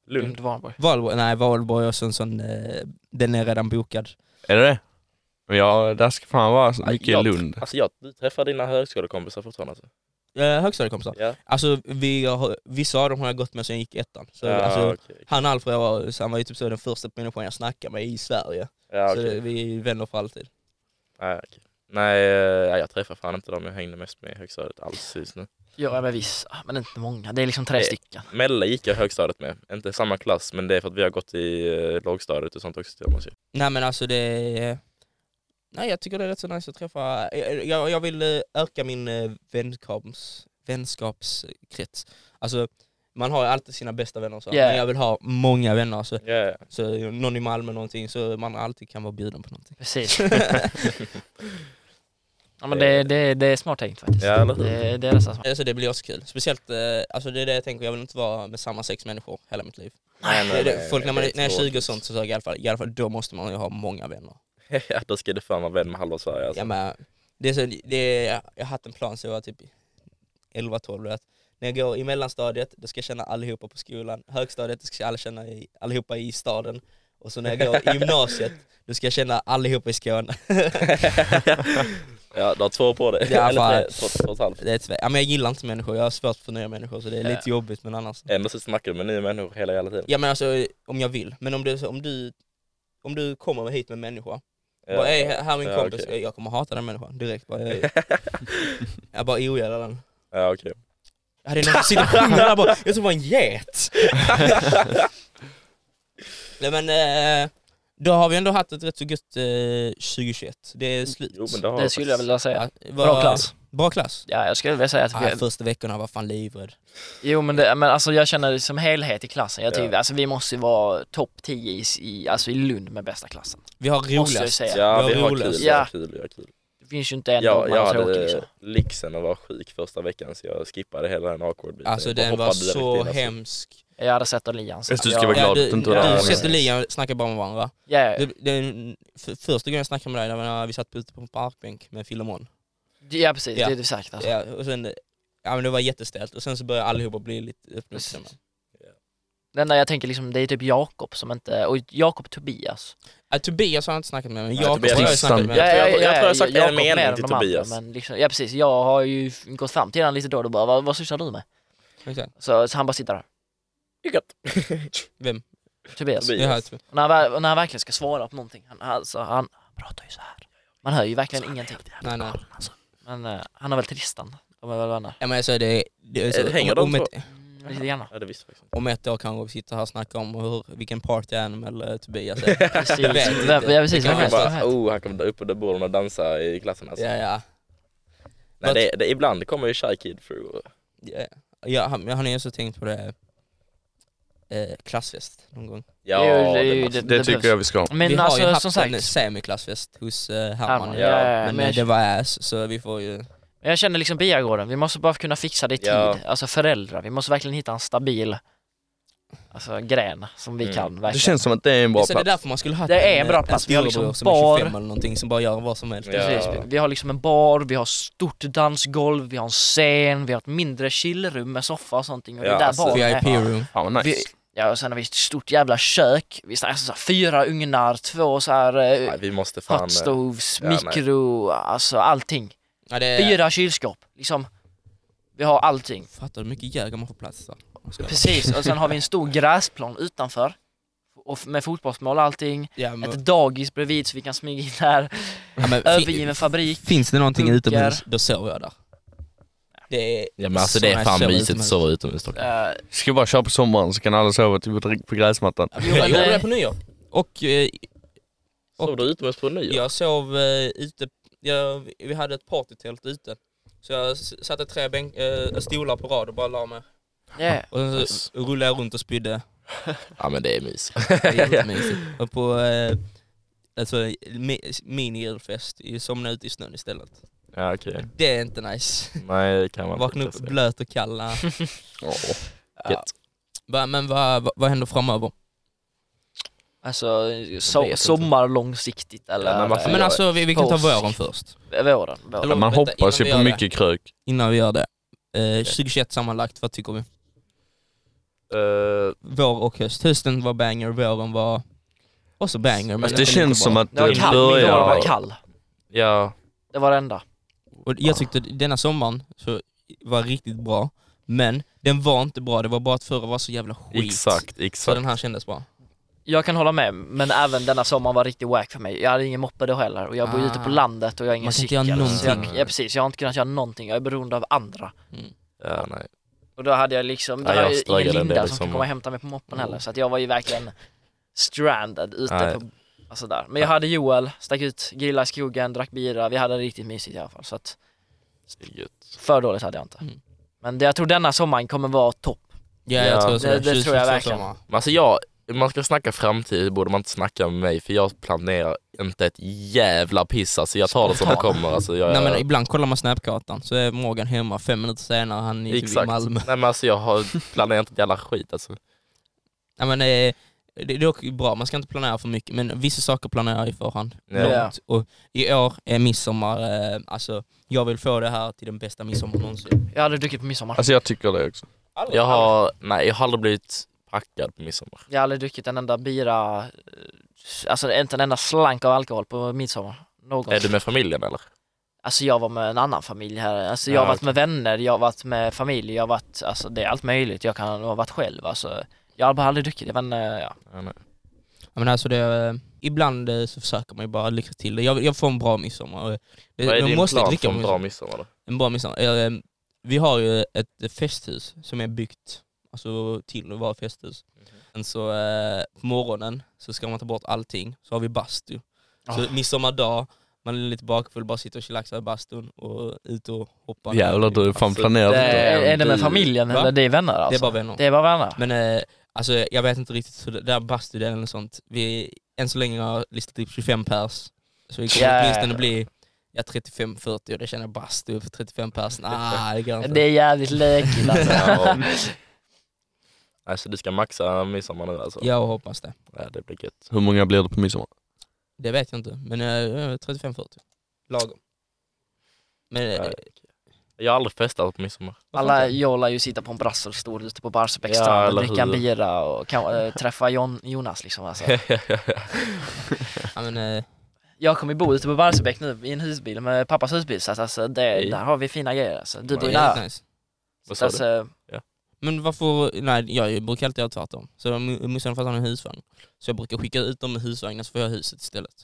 Speaker 2: Lugn.
Speaker 5: Varborg.
Speaker 3: Valborg, nej Valborg och sen sån, eh, den är redan bokad.
Speaker 4: Är det det? Men Ja, där ska fan vara mycket
Speaker 2: jag-
Speaker 4: Lund.
Speaker 2: Alltså jag, du träffar dina högskolekompisar fortfarande alltså?
Speaker 3: Eh, högstadiekompisar.
Speaker 2: Ja.
Speaker 3: Alltså vi har, vissa av dem har jag gått med sen jag gick i ettan. Så,
Speaker 2: ja,
Speaker 3: alltså,
Speaker 2: okej.
Speaker 3: han Alfred jag var, så han var ju typ så den första människan jag snackade med i Sverige.
Speaker 2: Ja,
Speaker 3: Så
Speaker 2: okej.
Speaker 3: det, vi är ju vänner för alltid.
Speaker 2: Nej, okej. Nej, eh, jag träffar fan inte dem jag hängde mest med i högstadiet alls just nu.
Speaker 5: Ja, men vissa. Men inte många. Det är liksom tre
Speaker 2: Nej.
Speaker 5: stycken.
Speaker 2: Melle gick jag i högstadiet med, inte samma klass men det är för att vi har gått i eh, lågstadiet och sånt också tillsammans ju.
Speaker 3: Nej men alltså det är- Nej jag tycker det är rätt så nice att träffa, jag, jag, jag vill eh, öka min eh, vänskaps, vänskapskrets. Alltså man har ju alltid sina bästa vänner och så,
Speaker 5: Yeah.
Speaker 3: men jag vill ha många vänner. Så,
Speaker 2: Ja, ja.
Speaker 3: så någon i Malmö någonting, så man alltid kan vara bjuden
Speaker 2: *laughs*
Speaker 3: på någonting. *laughs*
Speaker 5: Precis. ja, men det, det, det är smart tänkt faktiskt.
Speaker 2: Ja, eller hur?
Speaker 5: det, det är nästan smart.
Speaker 3: Alltså det blir också kul. Speciellt, eh, alltså det är det jag tänker, jag vill inte vara med samma sex människor hela mitt liv.
Speaker 2: Nej, eh,
Speaker 3: Det är det, folk när man är,
Speaker 2: det
Speaker 3: när jag är 20 och
Speaker 2: tråkigt.
Speaker 3: sånt så sa jag i alla fall, i alla fall då måste man ju ha många vänner.
Speaker 2: *laughs* ja, då ska du fan vara vän med halva Sverige alltså.
Speaker 3: Jag, men, det är så, det är, jag har haft en plan så jag var typ 11-12 att när jag går i mellanstadiet då ska jag känna allihopa på skolan, högstadiet då ska jag alla känna i, allihopa i staden och så när jag går i gymnasiet då ska jag känna allihopa i Skåne.
Speaker 2: ja, du har två på dig. *laughs*
Speaker 3: Ja,
Speaker 2: Eller tre,
Speaker 3: fan.
Speaker 2: två, två och ett halvt.
Speaker 3: Det är ett, ja, men jag gillar inte människor, jag har svårt för nya människor så det är lite jobbigt men annars.
Speaker 2: Ändå så snackar du med nya människor hela jävla tiden.
Speaker 3: Ja men alltså om jag vill, men om du, om du, om du kommer hit med en människa,
Speaker 2: Ja.
Speaker 3: bara, "Ey, här är min
Speaker 2: Ja,
Speaker 3: kompis,
Speaker 2: okej.
Speaker 3: jag kommer hata den människan direkt. Bara,
Speaker 2: *laughs*
Speaker 3: jag, jag bara ogillar den.
Speaker 2: Ja, okej.
Speaker 3: Jag hade någon situation där jag bara, jag tror det var en get. Nej men, eh, Då har vi ändå haft ett rätt så gött eh, 2021. Det är slut.
Speaker 2: Jo, men det, har
Speaker 5: Det skulle jag vilja säga.
Speaker 3: Ja, var-
Speaker 5: Bra klass. Alltså,
Speaker 3: Bra klass.
Speaker 5: Ja, jag skulle vilja säga att
Speaker 3: Ah,
Speaker 5: vi...
Speaker 3: första veckorna var fan livrädd.
Speaker 5: Jo, men, det, men alltså, jag känner det som helhet i klassen. Jag tycker,
Speaker 2: Ja.
Speaker 5: alltså, vi måste ju vara topp 10 i, i, alltså, i Lund med bästa klassen.
Speaker 3: Vi har
Speaker 5: Måste jag
Speaker 3: roligast.
Speaker 5: säga.
Speaker 2: Ja,
Speaker 3: Det
Speaker 2: vi
Speaker 3: var
Speaker 2: har
Speaker 3: roligt.
Speaker 2: kul, vi
Speaker 5: Ja.
Speaker 2: har kul, vi har kul.
Speaker 5: Det finns ju inte en
Speaker 2: Ja,
Speaker 5: dag man
Speaker 2: jag
Speaker 5: har tråkigt
Speaker 2: hade
Speaker 5: liksom.
Speaker 2: lyxen att vara sjuk första veckan så jag skippade hela den awkward-biten.
Speaker 3: Alltså
Speaker 2: Jag bara
Speaker 3: den var
Speaker 2: hoppade direkt
Speaker 3: så
Speaker 2: in, alltså.
Speaker 3: hemsk.
Speaker 5: Jag hade sett Elian. så
Speaker 4: Just du
Speaker 5: att
Speaker 4: ska
Speaker 5: jag-
Speaker 4: vara glad
Speaker 3: du,
Speaker 4: att du inte
Speaker 5: var där.
Speaker 3: du
Speaker 5: Ja,
Speaker 3: sätter
Speaker 5: precis.
Speaker 3: Lian och snackar bara med varandra.
Speaker 5: Ja, ja,
Speaker 3: Det, det, för, första gången jag snackade med dig det var när vi satt ute på en parkbänk med Filemon.
Speaker 5: ja. ja, precis.
Speaker 3: Ja.
Speaker 5: Det är det säkert. Alltså.
Speaker 3: Ja, och sen, ja, men det var jättestelt och sen så började allihopa bli lite uppmärksamma.
Speaker 5: Det enda jag tänker liksom, det är typ Jakob som inte... Och Jakob Tobias.
Speaker 3: Ja, Tobias har jag inte snackat med men
Speaker 2: Nej,
Speaker 3: Jakob
Speaker 2: Tobias
Speaker 3: har jag
Speaker 4: Tristan.
Speaker 3: snackat med.
Speaker 2: Ja, jag- jag tror jag har
Speaker 5: ja,
Speaker 2: sagt en
Speaker 5: Jakob
Speaker 2: mening
Speaker 5: mer än
Speaker 2: till
Speaker 5: de andra,
Speaker 2: Tobias.
Speaker 5: Men liksom, ja, precis. Jag har ju gått fram till honom lite då och då bara, vad, vad sysslar du med?
Speaker 3: Exakt.
Speaker 5: Så, så han bara sitter där.
Speaker 3: Vem?
Speaker 5: Tobias.
Speaker 2: Tobias.
Speaker 3: Jag har ett-
Speaker 5: Och när, han, väl- och när han verkligen ska svara på någonting, han, alltså, han pratar ju så här. Man hör ju verkligen ingenting.
Speaker 3: Nej, nej.
Speaker 2: alltså.
Speaker 5: Men eh, han har väl Tristan, de är väl vänner?
Speaker 3: Ja, men alltså, det, det, alltså,
Speaker 2: Hänger
Speaker 3: om,
Speaker 2: de
Speaker 3: om,
Speaker 2: två?
Speaker 3: ett,
Speaker 5: Mm, lite grann.
Speaker 2: *laughs* Ja, *laughs* det visste jag faktiskt
Speaker 3: om ett år kanske vi sitter här och snackar om hur, vilken party animal eh, Tobias är.
Speaker 5: Precis.
Speaker 3: Jag vet inte.
Speaker 5: Vem- Ja, precis.
Speaker 3: Det
Speaker 5: Vem
Speaker 3: kan
Speaker 5: helst,
Speaker 2: inte.
Speaker 3: vara
Speaker 2: Bara,
Speaker 5: vem helst.
Speaker 2: oh, han kommer upp på det borden och dansa i klassen alltså.
Speaker 3: ja, ja.
Speaker 2: Nej, det, det, ibland kommer ju Shy Kid through.
Speaker 3: Ja, jag, han, jag har ju också tänkt på det eh, klassfest någon gång.
Speaker 2: Ja,
Speaker 5: Jo, det-
Speaker 2: det,
Speaker 5: jo,
Speaker 2: måste-
Speaker 4: Det tycker
Speaker 5: behövs.
Speaker 4: jag vi ska.
Speaker 5: Men
Speaker 3: vi har ju
Speaker 5: alltså
Speaker 3: haft
Speaker 5: som
Speaker 3: en
Speaker 5: sagt,
Speaker 3: semiklassfest hos eh, Herman.
Speaker 5: Herman,
Speaker 2: ja.
Speaker 5: ja,
Speaker 3: Men,
Speaker 5: men jag,
Speaker 3: eh, det var ass så vi får ju...
Speaker 5: Men Jag känner liksom Biagården, vi måste bara kunna fixa det i tid.
Speaker 2: Ja.
Speaker 5: Alltså föräldrar, vi måste verkligen hitta en stabil alltså, gren som vi
Speaker 2: Mm.
Speaker 5: kan. Verkligen.
Speaker 4: Det känns som att det är en bra
Speaker 3: så det är
Speaker 4: plats.
Speaker 3: därför man skulle ha
Speaker 5: Det är en bra plats.
Speaker 3: en
Speaker 5: Vi har
Speaker 3: storebror
Speaker 5: liksom
Speaker 3: som
Speaker 5: bar.
Speaker 3: är 25 eller någonting som bara gör vad som helst.
Speaker 2: Ja.
Speaker 5: Precis. Vi- Vi har liksom en bar, vi har stort dansgolv, vi har en scen, vi har ett mindre chillrum med soffa och sånt. Och det
Speaker 2: Ja,
Speaker 5: där
Speaker 2: alltså,
Speaker 5: baren är-
Speaker 3: VIP-room.
Speaker 4: Fan vad nice.
Speaker 5: Ja, och sen har vi ett stort jävla kök. Vi snackar alltså, så här, fyra ugnar, två så här eh,
Speaker 2: Nej, vi måste fan... eh,
Speaker 5: hot stoves,
Speaker 2: ja, nej.
Speaker 5: mikro, alltså allting.
Speaker 3: Ja, det är...
Speaker 5: Fyra kylskåp, liksom. Vi har allting.
Speaker 3: Fattar du hur mycket jägare man får plats där?
Speaker 5: Precis, och sen har vi en stor gräsplan utanför. Och f- med fotbollsmål och allting.
Speaker 3: *laughs* Ja, men,
Speaker 5: Ett dagis bredvid så vi kan smyga in där.
Speaker 3: ja, men,
Speaker 5: Övergiven fabrik.
Speaker 3: Finns det någonting
Speaker 5: Bunkar.
Speaker 3: utomhus, då sover jag där. Det är
Speaker 2: Ja men alltså det
Speaker 3: så
Speaker 2: är
Speaker 3: nice att
Speaker 2: fan
Speaker 3: sova
Speaker 2: mysigt att
Speaker 3: utomhus.
Speaker 2: sova utomhus dock.
Speaker 5: Eh,
Speaker 4: Ska bara köra på sommaren så kan alla sova typ direkt på gräsmattan.
Speaker 5: Jo, men
Speaker 3: Jag gjorde
Speaker 5: det-
Speaker 3: det på nyår. Och eh,
Speaker 2: Sov du utomhus på nyår?
Speaker 3: Jag sov eh, ute, jag, vi hade ett partytält ute. Så jag s- satte tre bänk, eh, stolar på rad och bara la mig.
Speaker 5: ja.
Speaker 3: Och sen så rullade jag runt och spydde.
Speaker 2: Ja men det är mys.
Speaker 3: *laughs* Det är jättemysigt. och på eh, alltså, mi- mini-julfest, somnade ute i snön istället.
Speaker 2: Ja okej.
Speaker 3: Det är inte nice.
Speaker 2: Nej det kan man
Speaker 3: Vakna upp
Speaker 2: inte säga.
Speaker 3: blöt och kall. *laughs* nej.
Speaker 2: Åh.
Speaker 3: Ja. Va- Men vad vad- vad händer framöver?
Speaker 5: Alltså so
Speaker 2: inte.
Speaker 5: sommar långsiktigt eller
Speaker 2: Ja, men varför-
Speaker 3: Men
Speaker 5: eh,
Speaker 3: alltså vi, vi kan ta
Speaker 5: Påsk.
Speaker 3: våren först.
Speaker 5: våren. våren.
Speaker 3: Eller-
Speaker 4: Man
Speaker 3: vänta,
Speaker 4: hoppas ju
Speaker 3: innan vi
Speaker 4: på
Speaker 3: gör
Speaker 4: mycket krök.
Speaker 3: Innan vi gör det. Eh, 2021 sammanlagt, vad tycker vi?
Speaker 2: Eh,
Speaker 3: Vår och höst. Hösten var banger, våren var också banger. Men
Speaker 4: Alltså, det känns som att
Speaker 5: Det var
Speaker 4: det
Speaker 5: kall, min vår var
Speaker 4: börjar...
Speaker 5: kall.
Speaker 2: ja,
Speaker 5: Det var det enda.
Speaker 3: Och jag tyckte denna sommaren så var riktigt bra, men den var inte bra. Det var bara att förra var så jävla skit.
Speaker 2: exakt,
Speaker 3: Så
Speaker 2: exakt.
Speaker 3: den här kändes bra.
Speaker 5: Jag kan hålla med, men även denna sommar var riktigt wack för mig. Jag hade ingen moppe då heller och jag bor
Speaker 3: Ah.
Speaker 5: ute på landet och jag har ingen
Speaker 3: Man kan inte
Speaker 5: cykel.
Speaker 3: göra
Speaker 5: så jag,
Speaker 2: någonting.
Speaker 5: ja precis, jag har inte kunnat göra någonting. Jag är beroende av andra.
Speaker 2: Ja, nej.
Speaker 5: Och då hade jag liksom, då
Speaker 2: Ja, jag
Speaker 5: hade jag
Speaker 2: ströggade
Speaker 5: ingen
Speaker 2: en
Speaker 5: Linda
Speaker 2: del
Speaker 5: som
Speaker 2: som-
Speaker 5: kunde komma och hämta mig på moppen heller. Så att jag var ju verkligen stranded ute
Speaker 2: Mm. Nej.
Speaker 5: på, alltså där. Men jag hade Joel, stack ut, grillade i skogen, drack bira. Vi hade det riktigt mysigt i alla fall. Så att
Speaker 2: det är gött.
Speaker 5: för dåligt hade jag inte.
Speaker 3: Mm.
Speaker 5: Men det, jag tror denna sommaren kommer vara topp.
Speaker 3: Ja,
Speaker 2: Ja,
Speaker 3: jag tror så.
Speaker 5: det- det tror jag
Speaker 3: 2022
Speaker 5: verkligen.
Speaker 3: sommar.
Speaker 2: Men alltså jag, om man ska snacka framtid borde man inte snacka med mig för jag planerar inte ett jävla piss alltså. Jag tar det som det
Speaker 5: Spontan.
Speaker 2: kommer alltså. Jag,
Speaker 3: Nej, men ibland kollar man snapkartan så är Morgan hemma fem minuter senare, han är typ i
Speaker 2: Exakt.
Speaker 3: Malmö.
Speaker 2: Nej men alltså jag har planerat inte ett jävla skit alltså.
Speaker 3: Nej, men, eh, det, det är dock bra, man ska inte planera för mycket, men vissa saker planerar jag i förhand.
Speaker 2: Ja.
Speaker 3: Långt. Och I år är midsommar, eh, alltså jag vill få det här till den bästa midsommar någonsin.
Speaker 5: Jag hade druckit på midsommar.
Speaker 4: Alltså jag tycker det också.
Speaker 2: Jag har, nej jag har aldrig blivit packad på midsommar.
Speaker 5: Jag har aldrig druckit en enda bira, eh, alltså inte en enda slank av alkohol på midsommar. Någon.
Speaker 2: Är du med familjen eller?
Speaker 5: Alltså jag var med en annan familj här. Alltså jag
Speaker 2: Ja,
Speaker 5: har varit
Speaker 2: okej.
Speaker 5: med vänner, jag har varit med familj, jag har varit, alltså det är allt möjligt. Jag kan ha varit själv alltså. Jag har bara aldrig druckit det, men eh, ja.
Speaker 2: Ja, nej.
Speaker 3: Ja, men alltså det, eh, ibland eh, så försöker man ju bara lycka till det. Jag, jag får en bra midsommar. och Det,
Speaker 2: Vad är
Speaker 3: man
Speaker 2: din
Speaker 3: måste
Speaker 2: plan
Speaker 3: dricka
Speaker 2: för
Speaker 3: på
Speaker 2: en
Speaker 3: midsommar.
Speaker 2: bra midsommar då?
Speaker 3: En bra midsommar. Eh, Vi har ju ett festhus som är byggt alltså, till att vara festhus. Sen så eh, på morgonen så ska man ta bort allting, så har vi bastu. Så midsommardag, man är lite bakfull, bara sitter och chillaxar i bastun och ute och hoppar.
Speaker 4: Jävlar du är fan
Speaker 2: Alltså,
Speaker 4: planerat
Speaker 5: Det
Speaker 4: detta.
Speaker 5: är, är det med
Speaker 2: du-
Speaker 5: familjen
Speaker 3: Va?
Speaker 5: eller det är vänner alltså?
Speaker 3: Det är bara vänner.
Speaker 5: Det är bara vänner?
Speaker 3: Men eh, alltså, jag vet inte riktigt hur det där bastudelen och sånt, vi än så länge har listat upp 25 pers. Så vi kommer
Speaker 5: Jävlar.
Speaker 3: åtminstone bli ja, 35-40 och det känner jag bastu för 35 pers, nah, det går inte.
Speaker 5: Det är jävligt
Speaker 2: *laughs*
Speaker 5: läkigt alltså.
Speaker 3: *laughs*
Speaker 2: Ja. Nej, så Alltså, du ska maxa midsommar nu alltså?
Speaker 3: Jag hoppas det.
Speaker 2: Ja, det blir gött.
Speaker 4: Hur många blir det på midsommar?
Speaker 3: Det vet jag inte, men eh, 35-40. Lagom. Men, eh,
Speaker 2: Nej. Jag har aldrig festat på midsommar.
Speaker 3: *laughs* varför
Speaker 5: Alla
Speaker 3: inte?
Speaker 5: jollar ju sitta på en brasselstol ute på
Speaker 2: Ja,
Speaker 5: Barsebäcksstrand och
Speaker 2: eller
Speaker 5: dricka en
Speaker 2: hur?
Speaker 5: bira och kan, eh, träffa Jon, Jonas liksom alltså.
Speaker 2: *laughs*
Speaker 3: ja, men, eh,
Speaker 5: Jag kommer bo ute på Barsebäck nu i en husbil med pappas husbil så att, alltså, det,
Speaker 2: Hej.
Speaker 5: där har vi fina grejer alltså. Du
Speaker 2: Ja,
Speaker 5: bor ju
Speaker 3: det är
Speaker 5: nära.
Speaker 3: jävligt nice.
Speaker 2: Vad
Speaker 5: Så,
Speaker 2: sa du?
Speaker 5: alltså,
Speaker 3: Men varför, nej jag brukar alltid göra tvärtom. Så de- morsan och farsan har en husvagn. Så jag brukar skicka ut dem med husvagnen så får jag huset istället.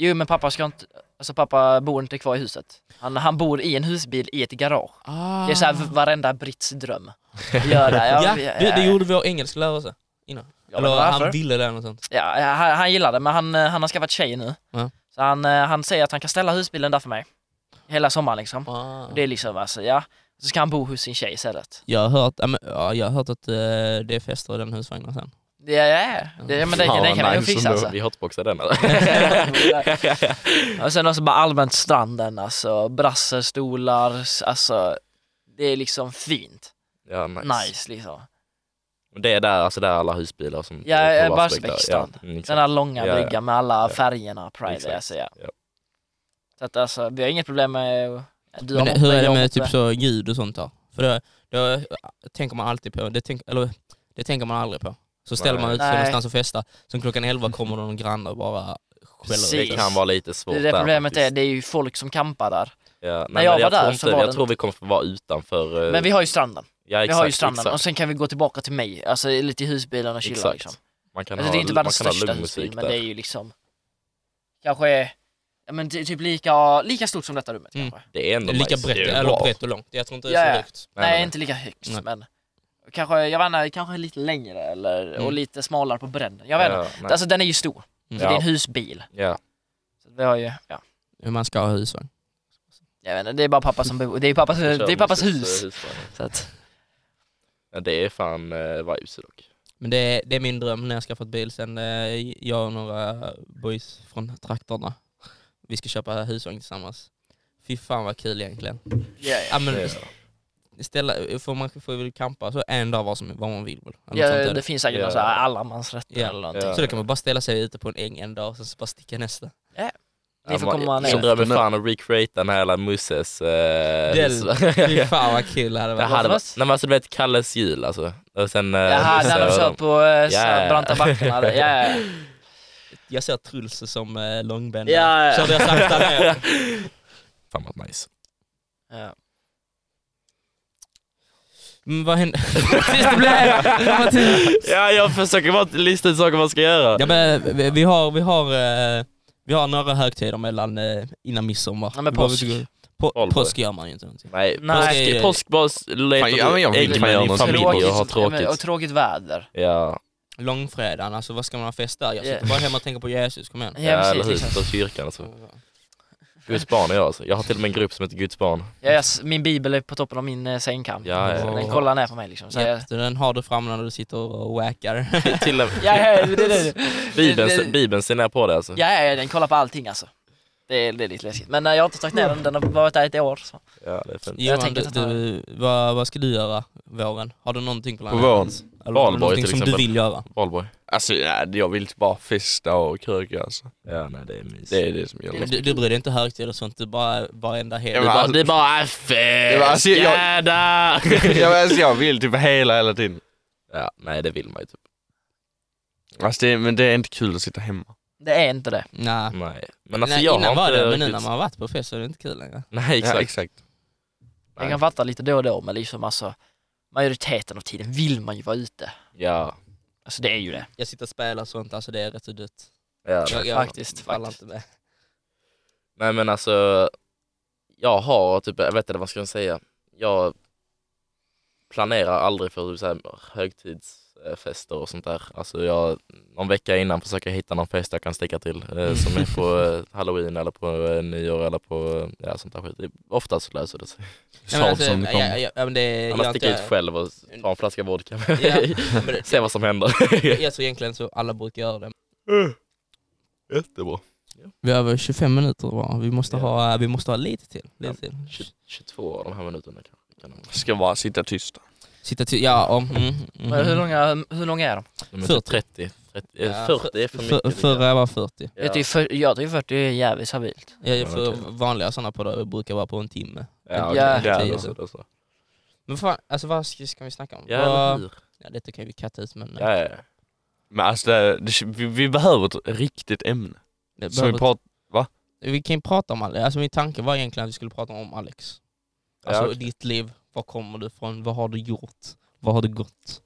Speaker 5: jo men pappa ska inte, alltså pappa bor inte kvar i huset. Han, han bor i en husbil i ett garage.
Speaker 3: Ah.
Speaker 5: Det är såhär varenda brits dröm. Göra, ja,
Speaker 3: ja,
Speaker 5: vi-
Speaker 3: det, det gjorde vår engelsklärare så. Innan.
Speaker 5: ja, men
Speaker 3: Eller
Speaker 5: varför?
Speaker 3: han ville det eller något sånt.
Speaker 5: Ja, ja, han, han gillar det men han, eh, han har skaffat tjej nu.
Speaker 3: Ja.
Speaker 5: Så han, eh, han säger att han kan ställa husbilen där för mig. Hela sommaren liksom.
Speaker 3: Ah.
Speaker 5: Och Det är liksom alltså, ja. Så ska han bo hos sin tjej istället.
Speaker 3: Jag har hört, ja, men, ja, jag har hört att eh, det är fester i den husvagnen sen.
Speaker 5: Ja, ja, ja. Det, ja, men det,
Speaker 2: Fan,
Speaker 5: det
Speaker 2: vad
Speaker 5: kan man ju
Speaker 2: nice
Speaker 5: fixa
Speaker 2: ändå.
Speaker 5: alltså.
Speaker 2: Vi hotboxar den
Speaker 5: *laughs*
Speaker 2: eller?
Speaker 5: och sen också bara allmänt stranden alltså, brasserstolar, s- alltså. Det är liksom fint.
Speaker 2: Ja,
Speaker 5: Nice,
Speaker 2: nice.
Speaker 5: liksom.
Speaker 2: Men Det är där, alltså där alla husbilar som...
Speaker 5: Ja,
Speaker 2: på
Speaker 5: ja,
Speaker 2: Barsebäck där.
Speaker 5: Barsebäcksstrand.
Speaker 2: Ja, mm, exakt.
Speaker 5: Den här långa
Speaker 2: Ja, ja.
Speaker 5: bryggan med alla
Speaker 2: Ja.
Speaker 5: färgerna, pride,
Speaker 2: Exakt.
Speaker 5: alltså, ja.
Speaker 2: Ja.
Speaker 5: Så att alltså, vi har inget problem med... Du har
Speaker 3: Men
Speaker 5: moppe,
Speaker 3: hur är
Speaker 5: jag
Speaker 3: det
Speaker 5: har
Speaker 3: med
Speaker 5: moppe.
Speaker 3: typ så ljud och sånt där? För det, det tänker man alltid på, det, tänk, eller, det tänker man aldrig på. Så ställer man ut sig
Speaker 5: Nej.
Speaker 3: någonstans och festar, sen klockan 11 kommer någon granne och bara skäller
Speaker 5: Precis.
Speaker 2: Det
Speaker 3: ut.
Speaker 2: kan vara lite svårt
Speaker 5: Det är det
Speaker 2: där
Speaker 5: problemet är,
Speaker 2: faktiskt.
Speaker 5: det är ju folk som campar där.
Speaker 2: Ja, nej,
Speaker 5: När jag
Speaker 2: men
Speaker 5: var
Speaker 2: jag
Speaker 5: där
Speaker 2: tror
Speaker 5: så
Speaker 2: inte,
Speaker 5: var
Speaker 2: Jag
Speaker 5: den-
Speaker 2: tror vi kommer få vara utanför... eh,
Speaker 5: Men vi har ju stranden.
Speaker 2: ja,
Speaker 5: vi har ju
Speaker 2: exakt,
Speaker 5: stranden
Speaker 2: exakt.
Speaker 5: och sen kan vi gå tillbaka till mig, alltså lite i husbilen och chilla
Speaker 2: Exakt.
Speaker 5: liksom.
Speaker 2: Man kan
Speaker 5: Alltså,
Speaker 2: ha,
Speaker 5: det är inte
Speaker 2: man
Speaker 5: världens
Speaker 2: kan ha
Speaker 5: största
Speaker 2: lugn
Speaker 5: husbil
Speaker 2: musik
Speaker 5: men
Speaker 2: där.
Speaker 5: det är ju liksom kanske ja, men ty- typ lika, lika stort som detta rummet
Speaker 3: Mm.
Speaker 5: kanske.
Speaker 2: Det är ändå
Speaker 3: Lika
Speaker 2: nice.
Speaker 3: brett,
Speaker 2: Det är ju
Speaker 3: eller
Speaker 2: bra.
Speaker 3: brett och långt. Jag tror inte det
Speaker 5: Ja,
Speaker 3: är
Speaker 5: ja.
Speaker 3: så högt.
Speaker 5: Nej, inte lika högt
Speaker 3: Nej.
Speaker 5: men kanske, jag vet inte, kanske lite längre eller och
Speaker 3: Mm.
Speaker 5: lite smalare på bredden. Jag vet inte.
Speaker 2: Ja, nej.
Speaker 5: Alltså den är ju stor,
Speaker 3: Mm.
Speaker 5: för det är
Speaker 2: Ja.
Speaker 5: en husbil.
Speaker 2: Ja,
Speaker 5: Så vi har ju, ja.
Speaker 3: Hur man ska ha husvagn.
Speaker 5: Jag vet inte, det är bara pappa som bor, det är pappas,
Speaker 2: vi
Speaker 5: Eh, det
Speaker 2: kör
Speaker 5: är pappas
Speaker 2: musik, så
Speaker 5: hus.
Speaker 2: husvagn.
Speaker 5: Så att,
Speaker 2: Ja, det är fan eh, vibes dock.
Speaker 3: Men det är, det är min dröm när jag skaffat bil sen. eh, Jag och några boys från traktorna. Vi ska köpa husvagn tillsammans. Fy fan vad kul egentligen.
Speaker 5: ja,
Speaker 3: Ja,
Speaker 5: ja.
Speaker 3: men,
Speaker 2: Ja.
Speaker 3: ställa, för man får väl campa så en dag var som, vad man vill. Väl, eller något sånt
Speaker 5: Ja,
Speaker 3: där.
Speaker 5: det finns säkert
Speaker 2: Ja.
Speaker 5: någon sån här allemansrätt
Speaker 3: Ja.
Speaker 5: eller någonting.
Speaker 2: Ja.
Speaker 3: Så då kan man bara ställa sig ute på en äng en dag och sen så bara sticka nästa.
Speaker 5: Ni får
Speaker 2: Ja,
Speaker 5: komma
Speaker 2: man-
Speaker 5: ner.
Speaker 2: Min dröm är fan att recreate den här jävla Musses... Eh, *laughs*
Speaker 3: Den-
Speaker 2: husvagn.
Speaker 3: *laughs* Fy fan vad kul det hade
Speaker 2: Det
Speaker 3: varit.
Speaker 2: hade
Speaker 5: Varför?
Speaker 2: varit, nej men alltså du vet Kalles jul alltså. Och sen... eh,
Speaker 5: Jaha,
Speaker 2: Musse
Speaker 5: när de
Speaker 2: och
Speaker 5: kör
Speaker 2: dem.
Speaker 5: på eh, så här
Speaker 2: Ja.
Speaker 5: branta
Speaker 2: *laughs*
Speaker 5: backarna. där. Ja, ja, ja.
Speaker 3: Jag ser Truls som eh, långben.
Speaker 5: Ja, ja.
Speaker 3: Körde jag sakta ner.
Speaker 5: *laughs*
Speaker 2: Fan vad nice.
Speaker 5: Ja.
Speaker 3: Men Mm, vad hände? Tills det blev! Fan, vad tur.
Speaker 2: *laughs* Ja jag försöker bara lista ut saker man ska göra.
Speaker 3: ja, men, vi- vi, har, vi, har, eh, vi har några högtider mellan, eh, innan midsommar.
Speaker 5: Ja, men
Speaker 3: Vi behöver
Speaker 5: påsk.
Speaker 3: inte gå- På,
Speaker 2: Valborg.
Speaker 3: påsk gör man ju inte någonting.
Speaker 2: Nej,
Speaker 5: Nej.
Speaker 2: påsk, påsk bara s- letar
Speaker 4: Fan, ja, men jag
Speaker 2: du
Speaker 4: vill
Speaker 2: ägg
Speaker 4: fan göra
Speaker 2: med din
Speaker 4: något
Speaker 2: familj
Speaker 4: tråkigt.
Speaker 2: och har
Speaker 5: ja, men- Och
Speaker 2: tråkigt.
Speaker 5: tråkigt väder.
Speaker 2: Ja,
Speaker 3: Långfredagen, alltså vad ska man ha fest där? Jag sitter
Speaker 5: Ja.
Speaker 3: bara hemma och tänker på Jesus, kom igen.
Speaker 5: Ja,
Speaker 2: ja eller
Speaker 5: precis.
Speaker 2: hur,
Speaker 5: Liksom.
Speaker 2: sitta i kyrkan alltså. Guds barn är jag alltså. Jag har till och med en grupp som heter Guds barn.
Speaker 5: Ja, jag s- min bibel är på toppen av min eh, sängkam.
Speaker 2: Ja, ja,
Speaker 5: Så
Speaker 3: ja.
Speaker 5: Den kollar ner på mig liksom. Så jag,
Speaker 3: Så den har du fram när du sitter och
Speaker 5: *laughs*
Speaker 3: wackar.
Speaker 2: Till och
Speaker 5: ja,
Speaker 2: med,
Speaker 5: ja, det, det,
Speaker 2: *laughs*
Speaker 5: det.
Speaker 2: Bibeln, Bibeln ser ner på det alltså.
Speaker 5: Ja, ja, ja, den kollar på allting alltså. Det är, det är lite läskigt. Men eh, jag har inte tagit ner den, den har varit där i ett år. Så.
Speaker 2: Ja, det är fint.
Speaker 3: Johan,
Speaker 5: tänker
Speaker 3: du,
Speaker 5: att han-
Speaker 3: du, vad, vad ska du göra våren? Har du någonting på
Speaker 4: På våren?
Speaker 3: Eller
Speaker 2: Valborg
Speaker 3: någonting
Speaker 2: till
Speaker 3: som du
Speaker 2: exempel.
Speaker 3: vill göra?
Speaker 2: Valborg.
Speaker 4: Alltså nej, jag vill bara festa och kröka alltså.
Speaker 2: Ja, nej det är mys.
Speaker 4: Det är det som gäller.
Speaker 3: Men Du, du bryr dig inte högtid och sånt, du bara varenda helg.
Speaker 4: Ja,
Speaker 2: Det
Speaker 4: men
Speaker 2: är bara,
Speaker 4: alltså-
Speaker 2: det är bara
Speaker 4: men
Speaker 2: fest,
Speaker 4: alltså, jag-
Speaker 2: jädrar!
Speaker 4: jag, *laughs* alltså, jag vill typ hela hela tiden.
Speaker 2: Ja, nej det vill man ju typ.
Speaker 4: Alltså, det, men det är inte kul att sitta hemma.
Speaker 5: Det är inte det.
Speaker 3: Nej.
Speaker 2: Nej. Men alltså
Speaker 3: Nej,
Speaker 2: jag har
Speaker 3: innan var
Speaker 2: inte
Speaker 3: det, men nu
Speaker 2: riktigt-
Speaker 3: när man har varit på fest så är det inte kul längre.
Speaker 2: Nej
Speaker 4: Ja,
Speaker 2: exakt.
Speaker 4: exakt.
Speaker 5: Jag
Speaker 2: Nej.
Speaker 5: kan fatta lite då och då, men liksom alltså majoriteten av tiden vill man ju vara ute.
Speaker 2: Ja.
Speaker 5: Alltså det är ju det.
Speaker 3: Jag sitter och spelar och sånt, alltså det är rätt så dött.
Speaker 2: ja.
Speaker 3: Jag, jag
Speaker 5: Faktiskt,
Speaker 3: pallar
Speaker 5: faktiskt.
Speaker 3: inte med.
Speaker 2: Nej men alltså, jag har typ, jag vet inte vad ska man säga, jag planerar aldrig för typ, så här, högtidsfester och sånt där. Alltså jag, någon vecka innan försöker hitta någon fest jag kan sticka till
Speaker 3: *laughs*
Speaker 2: eh, som är på eh, halloween eller på eh, nyår eller på eh, ja, sånt där skit. Det- Oftast löser det sig.
Speaker 4: Sa
Speaker 3: men
Speaker 4: det
Speaker 3: alltså,
Speaker 4: som det kom.
Speaker 3: ja, ja, ja, men det
Speaker 2: Annars
Speaker 3: gör
Speaker 2: sticker jag ut själv och tar en flaska vodka med
Speaker 3: Ja,
Speaker 2: mig. *laughs*
Speaker 3: men det-
Speaker 2: Se vad som
Speaker 3: *laughs*
Speaker 2: händer.
Speaker 3: Jag tror egentligen så alla brukar göra det.
Speaker 2: Jättebra.
Speaker 3: Vi har över 25 minuter var. Vi måste,
Speaker 2: Ja.
Speaker 3: ha, vi måste ha lite till. Lite till.
Speaker 2: 22 av de här minuterna kanske. Kan de-
Speaker 4: Ska bara sitta tysta.
Speaker 3: Sitta till, ja, om, mm,
Speaker 2: Mhm.
Speaker 3: mm.
Speaker 5: Men Hur långa, hur långa är de?
Speaker 2: de är
Speaker 3: 40.
Speaker 2: typ 30. 30 eh,
Speaker 3: Ja,
Speaker 2: 40 är för mycket.
Speaker 3: För,
Speaker 2: tycker
Speaker 3: förra
Speaker 2: jag.
Speaker 3: var 40.
Speaker 5: Jag tycker för, jag tycker 40 är jävligt stabilt.
Speaker 3: Ja,
Speaker 2: Ja,
Speaker 3: för
Speaker 2: okej.
Speaker 3: vanliga sådana poddar brukar vara på en timme.
Speaker 2: Ja,
Speaker 5: Ja.
Speaker 2: okej. ja,
Speaker 3: Ja.
Speaker 2: då så, då så.
Speaker 3: Men fan, alltså vad ska, ska vi snacka om?
Speaker 2: ja,
Speaker 3: Vad-
Speaker 2: eller hur?
Speaker 3: ja detta kan vi katta ut men...
Speaker 2: Ja, ja.
Speaker 4: Men alltså det, det, vi, vi behöver ett riktigt ämne.
Speaker 3: det
Speaker 4: Som vi
Speaker 3: behöver-
Speaker 4: pratar
Speaker 3: vi kan ju prata om Alex, alltså min tanke var egentligen att vi skulle prata om Alex.
Speaker 2: Ja,
Speaker 3: Alltså
Speaker 2: okej.
Speaker 3: ditt liv, var kommer du ifrån, vad har du gjort, vad har du gått?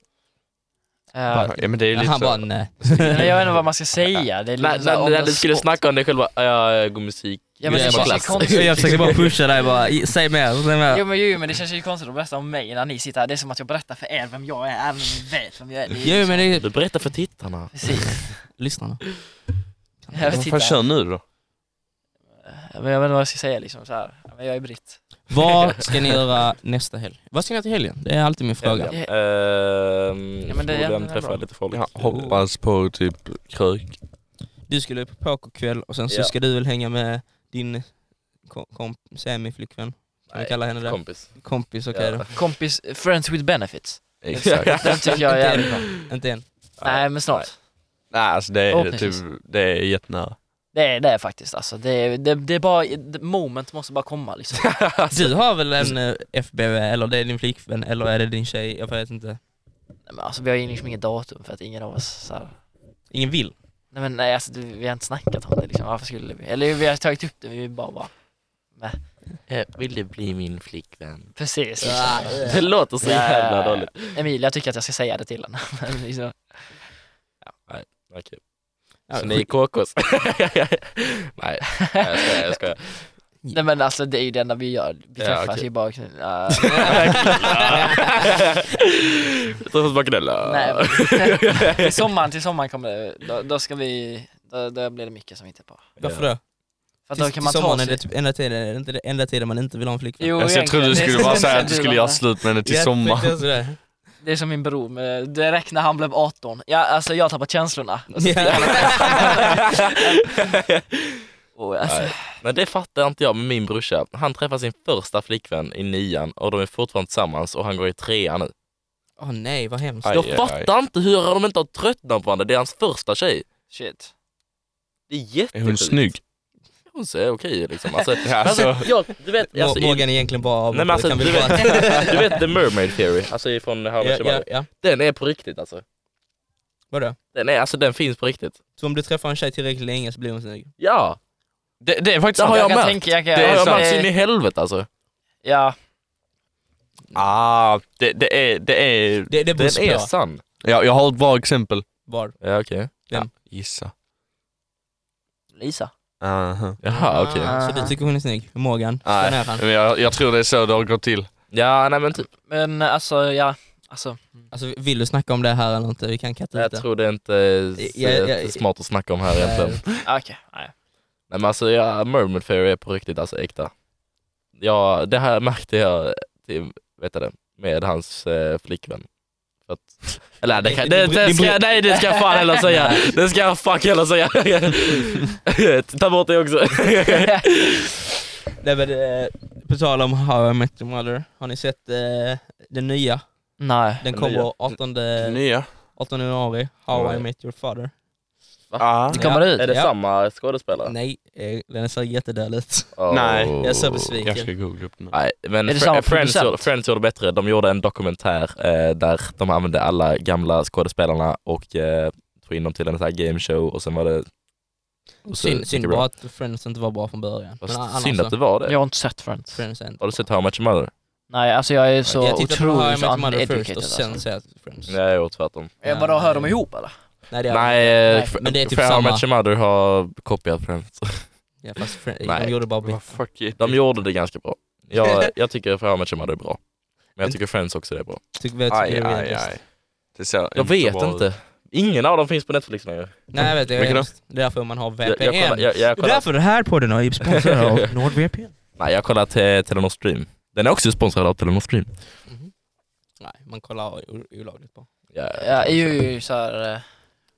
Speaker 5: Eh,
Speaker 4: Ja men det är ju
Speaker 3: Ja,
Speaker 4: lite
Speaker 3: han bara
Speaker 4: så.
Speaker 5: *laughs*
Speaker 3: nej.
Speaker 5: men jag vet inte vad man ska säga. Det är
Speaker 2: När,
Speaker 5: så här
Speaker 2: när, när
Speaker 5: on the
Speaker 2: du skulle
Speaker 5: spot.
Speaker 2: snacka om dig själv, bara, ja, jag går musik.
Speaker 5: Ja, men
Speaker 2: *laughs*
Speaker 5: det
Speaker 2: jag
Speaker 5: känns ju konstigt.
Speaker 3: Jag försöker bara pusha dig bara, i- säg mer, säg mer.
Speaker 5: Jo men, jo men det känns ju konstigt att berätta om mig när ni sitter här. Det är som att jag berättar för er vem jag är, även om ni vet vem jag är. Det är ju
Speaker 3: Jo
Speaker 5: så-
Speaker 3: men det är...
Speaker 2: Du berättar för tittarna.
Speaker 5: Precis.
Speaker 3: Lyssnarna.
Speaker 5: Jag vet,
Speaker 4: Vad fan
Speaker 5: inte.
Speaker 4: kör nu då?
Speaker 5: Men jag vet inte vad jag ska säga liksom så här. Ja, Men jag är britt.
Speaker 3: Vad ska ni göra nästa helg? Vad ska ni göra till helgen? Det är alltid min fråga.
Speaker 2: Ja, ehm,
Speaker 5: Ja, men det är-
Speaker 2: förmodligen
Speaker 5: det är
Speaker 2: träffar
Speaker 5: bra.
Speaker 2: jag lite folk. Eh,
Speaker 4: Jag hoppas på typ krök.
Speaker 3: Du skulle ju på pokerkväll och sen så
Speaker 2: Ja.
Speaker 3: ska du väl hänga med din kom, kom, semiflickvän? Kan vi
Speaker 2: Nej,
Speaker 3: kalla henne det?
Speaker 2: Kompis.
Speaker 3: Kompis, okej
Speaker 2: Ja.
Speaker 3: då.
Speaker 5: Kompis, friends with benefits.
Speaker 4: Exakt.
Speaker 5: Den
Speaker 2: *laughs*
Speaker 5: tycker jag är jävligt bra.
Speaker 3: Inte än.
Speaker 5: Nej men snart.
Speaker 4: *laughs* Nej alltså det är typ,
Speaker 5: Förhoppningsvis.
Speaker 4: det är jättenära.
Speaker 5: Det är det är faktiskt alltså. Det, är- det, det är bara, det- moment måste bara komma liksom.
Speaker 2: *laughs* alltså.
Speaker 3: Du har väl en eh, FBV, eller det är din flickvän, eller är det din tjej? Jag vet inte.
Speaker 5: Nej, men alltså vi har ju liksom inget datum för att ingen av oss så här.
Speaker 3: Ingen vill.
Speaker 5: Nej men nej, alltså, du- vi har inte snackat om det liksom. Varför skulle vi? Eller vi har tagit upp det, vi bara bara.
Speaker 2: Eh, Vill du bli min flickvän?
Speaker 5: Precis. liksom. Alltså, eh,
Speaker 2: Det låter så jävla dåligt.
Speaker 5: Emilia tycker att jag ska säga det till henne. *laughs* Men liksom,
Speaker 2: Okej.
Speaker 3: Ja,
Speaker 2: Så ni är *laughs* KKs? Nej, jag skojar. Jag skojar.
Speaker 5: *laughs* nej men alltså det är ju det enda vi gör. Vi
Speaker 2: Ja,
Speaker 5: träffas
Speaker 2: okej.
Speaker 5: ju bara och knull-
Speaker 2: *laughs*
Speaker 5: ja.
Speaker 2: Jag träffas bara gnälla.
Speaker 5: Nej, men, till sommaren, till sommaren kommer det, då, då ska vi, då, då blir det mycket som vi inte är på.
Speaker 3: Varför då?
Speaker 5: För att
Speaker 3: Tills-
Speaker 5: då kan man
Speaker 3: till sommaren
Speaker 5: ta
Speaker 3: är det
Speaker 5: sig...
Speaker 3: typ enda tiden, är det inte det enda tiden man inte vill ha en flickvän.
Speaker 5: Jo,
Speaker 4: Alltså, jag trodde du
Speaker 5: egentligen.
Speaker 4: skulle
Speaker 5: Det är-
Speaker 4: bara säga att du skulle göra
Speaker 5: det.
Speaker 4: slut med henne till sommaren.
Speaker 5: Det är som min bror, men direkt när han blev 18, ja, alltså jag har tappat känslorna. *laughs* Och så- och, alltså,
Speaker 2: Nej. Men det fattar inte jag med min brorsa. Han träffar sin första flickvän i nian och de är fortfarande tillsammans och han går i trean nu.
Speaker 3: Åh nej, vad hemskt.
Speaker 4: Aj,
Speaker 2: jag
Speaker 4: aj, aj.
Speaker 2: fattar inte hur de inte har tröttnat på varandra. Det är hans första tjej.
Speaker 5: shit.
Speaker 2: Det är
Speaker 4: Är
Speaker 2: jättesjukt.
Speaker 4: hon snygg?
Speaker 2: Hon ser okej liksom. Alltså,
Speaker 4: Alltså,
Speaker 2: alltså, jag, du vet, alltså, i, nej,
Speaker 3: Morgan är egentligen bara av
Speaker 2: men alltså,
Speaker 3: kan vi
Speaker 2: du, vet, *laughs*
Speaker 3: bara...
Speaker 2: du vet The Mermaid Theory, alltså från How I
Speaker 3: ja,
Speaker 2: Met Your
Speaker 3: ja,
Speaker 2: Mother.
Speaker 3: ja.
Speaker 2: Den är på riktigt alltså.
Speaker 3: Vadå?
Speaker 2: Den, är, alltså, den finns på riktigt.
Speaker 3: Så om du träffar en tjej tillräckligt länge så blir hon snygg?
Speaker 2: Ja!
Speaker 4: det, det är faktiskt
Speaker 2: Det har jag
Speaker 5: kan
Speaker 2: märkt.
Speaker 5: tänka- jag kan-
Speaker 2: Det har jag
Speaker 5: jag-
Speaker 2: märkt in i helvete alltså.
Speaker 5: Ja,
Speaker 4: Ah, det, det är, det är,
Speaker 3: Det, det
Speaker 2: Den
Speaker 3: beror
Speaker 2: är
Speaker 3: på.
Speaker 2: sann.
Speaker 4: ja, jag har ett bra exempel.
Speaker 3: Var?
Speaker 2: Ja okej.
Speaker 4: Gissa.
Speaker 5: Lisa.
Speaker 4: Aha.
Speaker 2: Jaha okej.
Speaker 5: Ah.
Speaker 3: Så du tycker hon är snygg? Morgan?
Speaker 4: Nej.
Speaker 3: Den är han.
Speaker 4: Men jag, jag tror det är så det har gått till.
Speaker 2: Ja nej men typ.
Speaker 5: Men alltså, ja, alltså.
Speaker 3: Alltså vill du snacka om det här eller inte? Vi kan katta ut
Speaker 2: Jag
Speaker 3: det.
Speaker 2: tror det är inte är s-
Speaker 3: Ja, ja, ja.
Speaker 2: smart att snacka om här egentligen.
Speaker 3: Eh,
Speaker 5: ja, Okej, nej.
Speaker 2: Nej men alltså ja, Mermaid Fairy är på riktigt alltså äkta. Ja, det här märkte jag till, vet jag det, med hans eh, flickvän. För att, eller det, kan, det, det ska, nej det ska jag fan heller säga.
Speaker 3: *laughs*
Speaker 2: Det ska jag fuck heller säga. *laughs* Ta bort det
Speaker 3: *laughs*
Speaker 2: också.
Speaker 3: Nej men eh, på tal om How I Met Your Mother, har ni sett eh, den nya?
Speaker 5: Nej.
Speaker 3: Den
Speaker 2: Den nya.
Speaker 3: kommer 18,
Speaker 4: Nya.
Speaker 3: 18 januari, How
Speaker 2: Oj.
Speaker 3: I Met Your Father.
Speaker 4: Ah.
Speaker 5: Det kommer
Speaker 3: Ja.
Speaker 5: ut.
Speaker 2: är det
Speaker 3: Ja.
Speaker 2: samma skådespelare?
Speaker 3: Nej, eh, den ser jättedöd ut.
Speaker 2: Åh.
Speaker 4: Nej.
Speaker 3: Jag är så besviken.
Speaker 4: Jag ska googla upp den. här.
Speaker 2: Nej, men
Speaker 5: Är det
Speaker 2: Fr-
Speaker 5: samma
Speaker 2: Friends,
Speaker 5: producent?
Speaker 2: gjorde, Friends gjorde bättre. De gjorde en dokumentär eh, där de använde alla gamla skådespelarna och eh, tog in dem till en sån här gameshow och sen var det... och så-
Speaker 3: Synd, synd
Speaker 2: bra.
Speaker 3: bara att Friends inte var bra från början.
Speaker 2: Fast
Speaker 3: annars
Speaker 2: synd
Speaker 3: så-
Speaker 2: att det var det.
Speaker 5: Jag har inte sett Friends.
Speaker 3: Friends är inte
Speaker 2: Har du sett How I Met Your Mother?
Speaker 5: Nej, alltså jag är så
Speaker 3: jag tittar på How I Met
Speaker 5: otroligt så
Speaker 3: Your Mother först
Speaker 5: uneducated
Speaker 3: och
Speaker 5: alltså.
Speaker 3: sen ser jag Friends.
Speaker 2: Nej, jag gjort tvärtom.
Speaker 5: Eh, Vadå, hör de ihop eller?
Speaker 3: Nej, det är,
Speaker 2: Nej,
Speaker 5: nej,
Speaker 2: eh,
Speaker 3: men det är typ
Speaker 2: How I
Speaker 3: samma.
Speaker 2: Met Your Mother har kopierat Friends.
Speaker 3: Ja, fast Friends,
Speaker 2: Nej.
Speaker 3: de gjorde bara
Speaker 4: Vad
Speaker 3: bit.
Speaker 4: fuck är det?
Speaker 3: *laughs*
Speaker 2: De gjorde det ganska bra. Jag, jag tycker How I Met Your Mother är bra. Men jag tycker Friends också är bra.
Speaker 3: Tycker vi
Speaker 4: Aj,
Speaker 3: tycker det är
Speaker 4: aj,
Speaker 3: bäst.
Speaker 4: aj. Det ser
Speaker 2: Jag vet
Speaker 4: bra ut.
Speaker 2: inte. Ingen av dem finns på Netflix längre.
Speaker 3: Nej jag vet, det är
Speaker 4: Vilken då?
Speaker 3: hemskt. Det är därför man har VPN.
Speaker 2: Jag, jag kollar, jag, jag
Speaker 3: det är
Speaker 2: kollar,
Speaker 3: därför den här
Speaker 2: *laughs*
Speaker 3: podden har sponsrad av NordVPN.
Speaker 2: nej, jag kollar till Telenor Stream. Den är också sponsrad av Telenor Stream.
Speaker 3: Nej, man kollar o- olagligt på.
Speaker 2: Ja,
Speaker 5: Ja, EU är ju såhär, eh,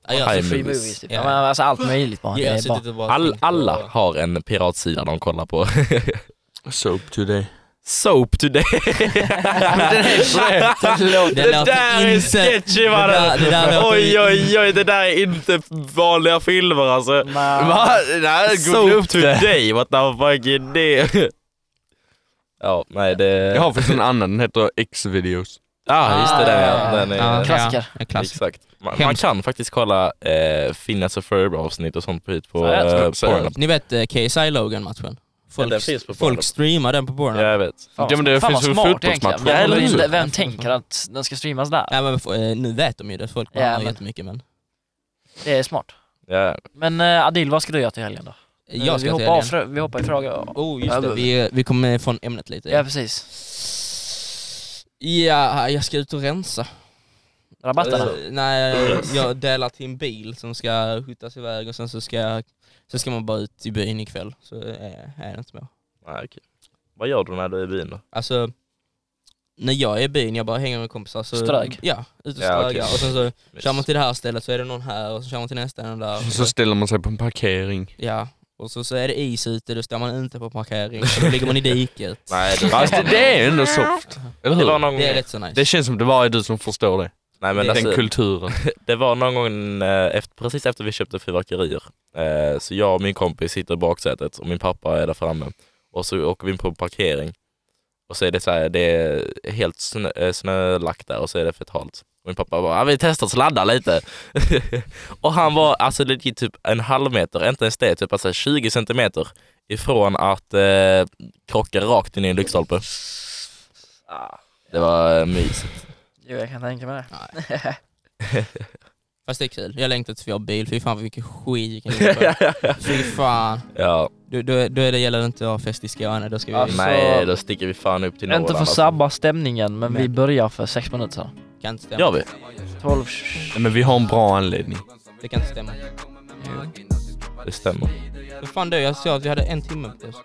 Speaker 3: Ja, jag,
Speaker 2: High
Speaker 5: alltså
Speaker 2: movies.
Speaker 5: free movies typ.
Speaker 3: Ja.
Speaker 5: Ja. Men, alltså allt möjligt bara.
Speaker 3: jag har
Speaker 5: det är bara.
Speaker 3: suttit och bara
Speaker 2: All,
Speaker 3: tänkt på-
Speaker 2: alla har en piratsida de kollar på.
Speaker 4: Soap today.
Speaker 2: Soap today!
Speaker 3: låter
Speaker 2: det där är
Speaker 3: inte-
Speaker 2: sketchy var
Speaker 3: det
Speaker 2: det!
Speaker 3: där- det där låter
Speaker 2: Oj
Speaker 3: in-
Speaker 2: oj oj, det där är inte vanliga filmer alltså.
Speaker 5: Men-
Speaker 2: Va? Nej,
Speaker 3: Soap
Speaker 2: Soap today, what the fuck är det? *laughs* Ja, nej det...
Speaker 4: Jag har faktiskt en annan, den heter X-videos.
Speaker 2: ah, just det, den,
Speaker 5: Ah,
Speaker 2: ja. den är...
Speaker 3: Ja,
Speaker 5: Klassiker.
Speaker 3: Ja, en klassiker.
Speaker 2: Exakt. Man, man
Speaker 3: Hemskt.
Speaker 2: kan faktiskt kolla eh, Finlands och Ferb avsnitt och sånt på hit på
Speaker 4: Ja, jag tror
Speaker 2: eh,
Speaker 4: också det.
Speaker 2: Pornhub.
Speaker 3: Ni vet eh, KSI Logan-matchen? Folk,
Speaker 2: den finns på
Speaker 3: folk
Speaker 2: Pornhub.
Speaker 3: streamar den på
Speaker 2: Ja,
Speaker 3: Pornhub.
Speaker 2: jag vet.
Speaker 5: Fan,
Speaker 4: Ja, men det
Speaker 5: fan vad
Speaker 4: finns ju
Speaker 5: smart
Speaker 4: fotbollsmatcher.
Speaker 5: egentligen. Men
Speaker 2: Ja, eller hur?
Speaker 5: vem, vem tänker att den ska streamas där?
Speaker 3: Nej, men, eh, nu vet de ju det, folk
Speaker 5: Ja,
Speaker 3: kollar
Speaker 5: men-
Speaker 3: jättemycket men...
Speaker 5: Det är smart.
Speaker 2: Ja.
Speaker 5: Men eh, Adil, vad ska du göra till helgen då?
Speaker 3: Jag ska
Speaker 5: vi,
Speaker 3: till
Speaker 5: hoppar av,
Speaker 3: helgen.
Speaker 5: frö- vi hoppar i fråga.
Speaker 3: Oh just det, vi, vi kommer från ämnet lite.
Speaker 5: Ja precis.
Speaker 3: Ja, jag ska ut och rensa.
Speaker 5: Rabatterna.
Speaker 3: Eh, nej, jag delar till en bil som ska skjutas iväg och sen så ska, jag- så ska man bara ut i byn ikväll. Så är, är det inte mer.
Speaker 2: Nej, okej. Vad gör du när du är i byn då?
Speaker 3: Alltså, när jag är i byn, jag bara hänger med kompisar. Så,
Speaker 5: Strög?
Speaker 3: Ja, ut och
Speaker 2: Ja,
Speaker 3: strögar.
Speaker 2: okej.
Speaker 3: Och sen så kör man till det här stället så är det någon här och så kör man till nästa
Speaker 2: *laughs*
Speaker 3: den där. Och
Speaker 4: Så ställer man sig på en parkering.
Speaker 3: ja, och så, så är det is ute, då står man inte på parkering. Så då ligger man i diket.
Speaker 2: *laughs* Nej, det,
Speaker 4: Fast det, *laughs* det är ändå soft. Eller
Speaker 2: det var
Speaker 4: hur?
Speaker 2: någon gång...
Speaker 3: Det är rätt så nice.
Speaker 4: Det känns som det bara är du som förstår det.
Speaker 2: Nej, men
Speaker 3: det-
Speaker 2: alltså,
Speaker 4: Den kulturen.
Speaker 2: det var någon gång eh, efter, precis efter vi köpte fyrverkerier. Eh, så jag och min kompis sitter i baksätet och min pappa är där framme. Och så åker vi in på en parkering. Och så är det så här, det är helt snö, eh, snölagt där och så är det fett halt. Och min pappa bara, "Ja, vi testar att sladda lite. *laughs* och han var alltså legit typ en halv meter, inte ens det, typ alltså 20 centimeter ifrån att eh, krocka rakt in i en lyktstolpe.
Speaker 5: Ah,
Speaker 2: Det var eh, mysigt. *laughs*
Speaker 5: jo jag kan tänka mig det.
Speaker 3: Fast det är kul. Jag längtar tills vi har bil. Fy fan vilken skit vi kan
Speaker 2: *laughs*
Speaker 3: göra på. Fy fan.
Speaker 2: Ja,
Speaker 3: Då, då, då är det, gäller det inte att ha fest i Skåne. Då ska vi...
Speaker 5: Alltså-
Speaker 2: nej då sticker vi fan upp till
Speaker 5: Inte för att
Speaker 2: alltså.
Speaker 5: sabba stämningen men,
Speaker 3: Men-
Speaker 5: vi börjar för sex minuter sedan.
Speaker 3: Kan inte stämma.
Speaker 2: Gör vi?
Speaker 5: 12...
Speaker 4: Nej, men vi har en bra anledning.
Speaker 3: Det kan inte stämma.
Speaker 2: Det stämmer.
Speaker 3: Vad fan du, jag sa att vi hade en timme på oss.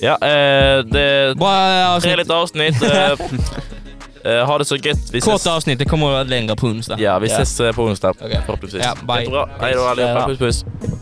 Speaker 2: Ja, eh, det är ett
Speaker 3: Bra avsnitt.
Speaker 2: trevligt avsnitt. eh,
Speaker 3: *laughs*
Speaker 2: eh, ha det så gött. Vi ses,
Speaker 3: Kort avsnitt, det kommer att vara längre på onsdag.
Speaker 2: ja, vi
Speaker 5: Ja.
Speaker 2: ses eh, på onsdag
Speaker 3: Okej.
Speaker 2: förhoppningsvis.
Speaker 3: Ja, bye.
Speaker 2: Jättebra. Hej då allihopa.
Speaker 5: Tjena.
Speaker 2: Puss puss.
Speaker 3: Puss.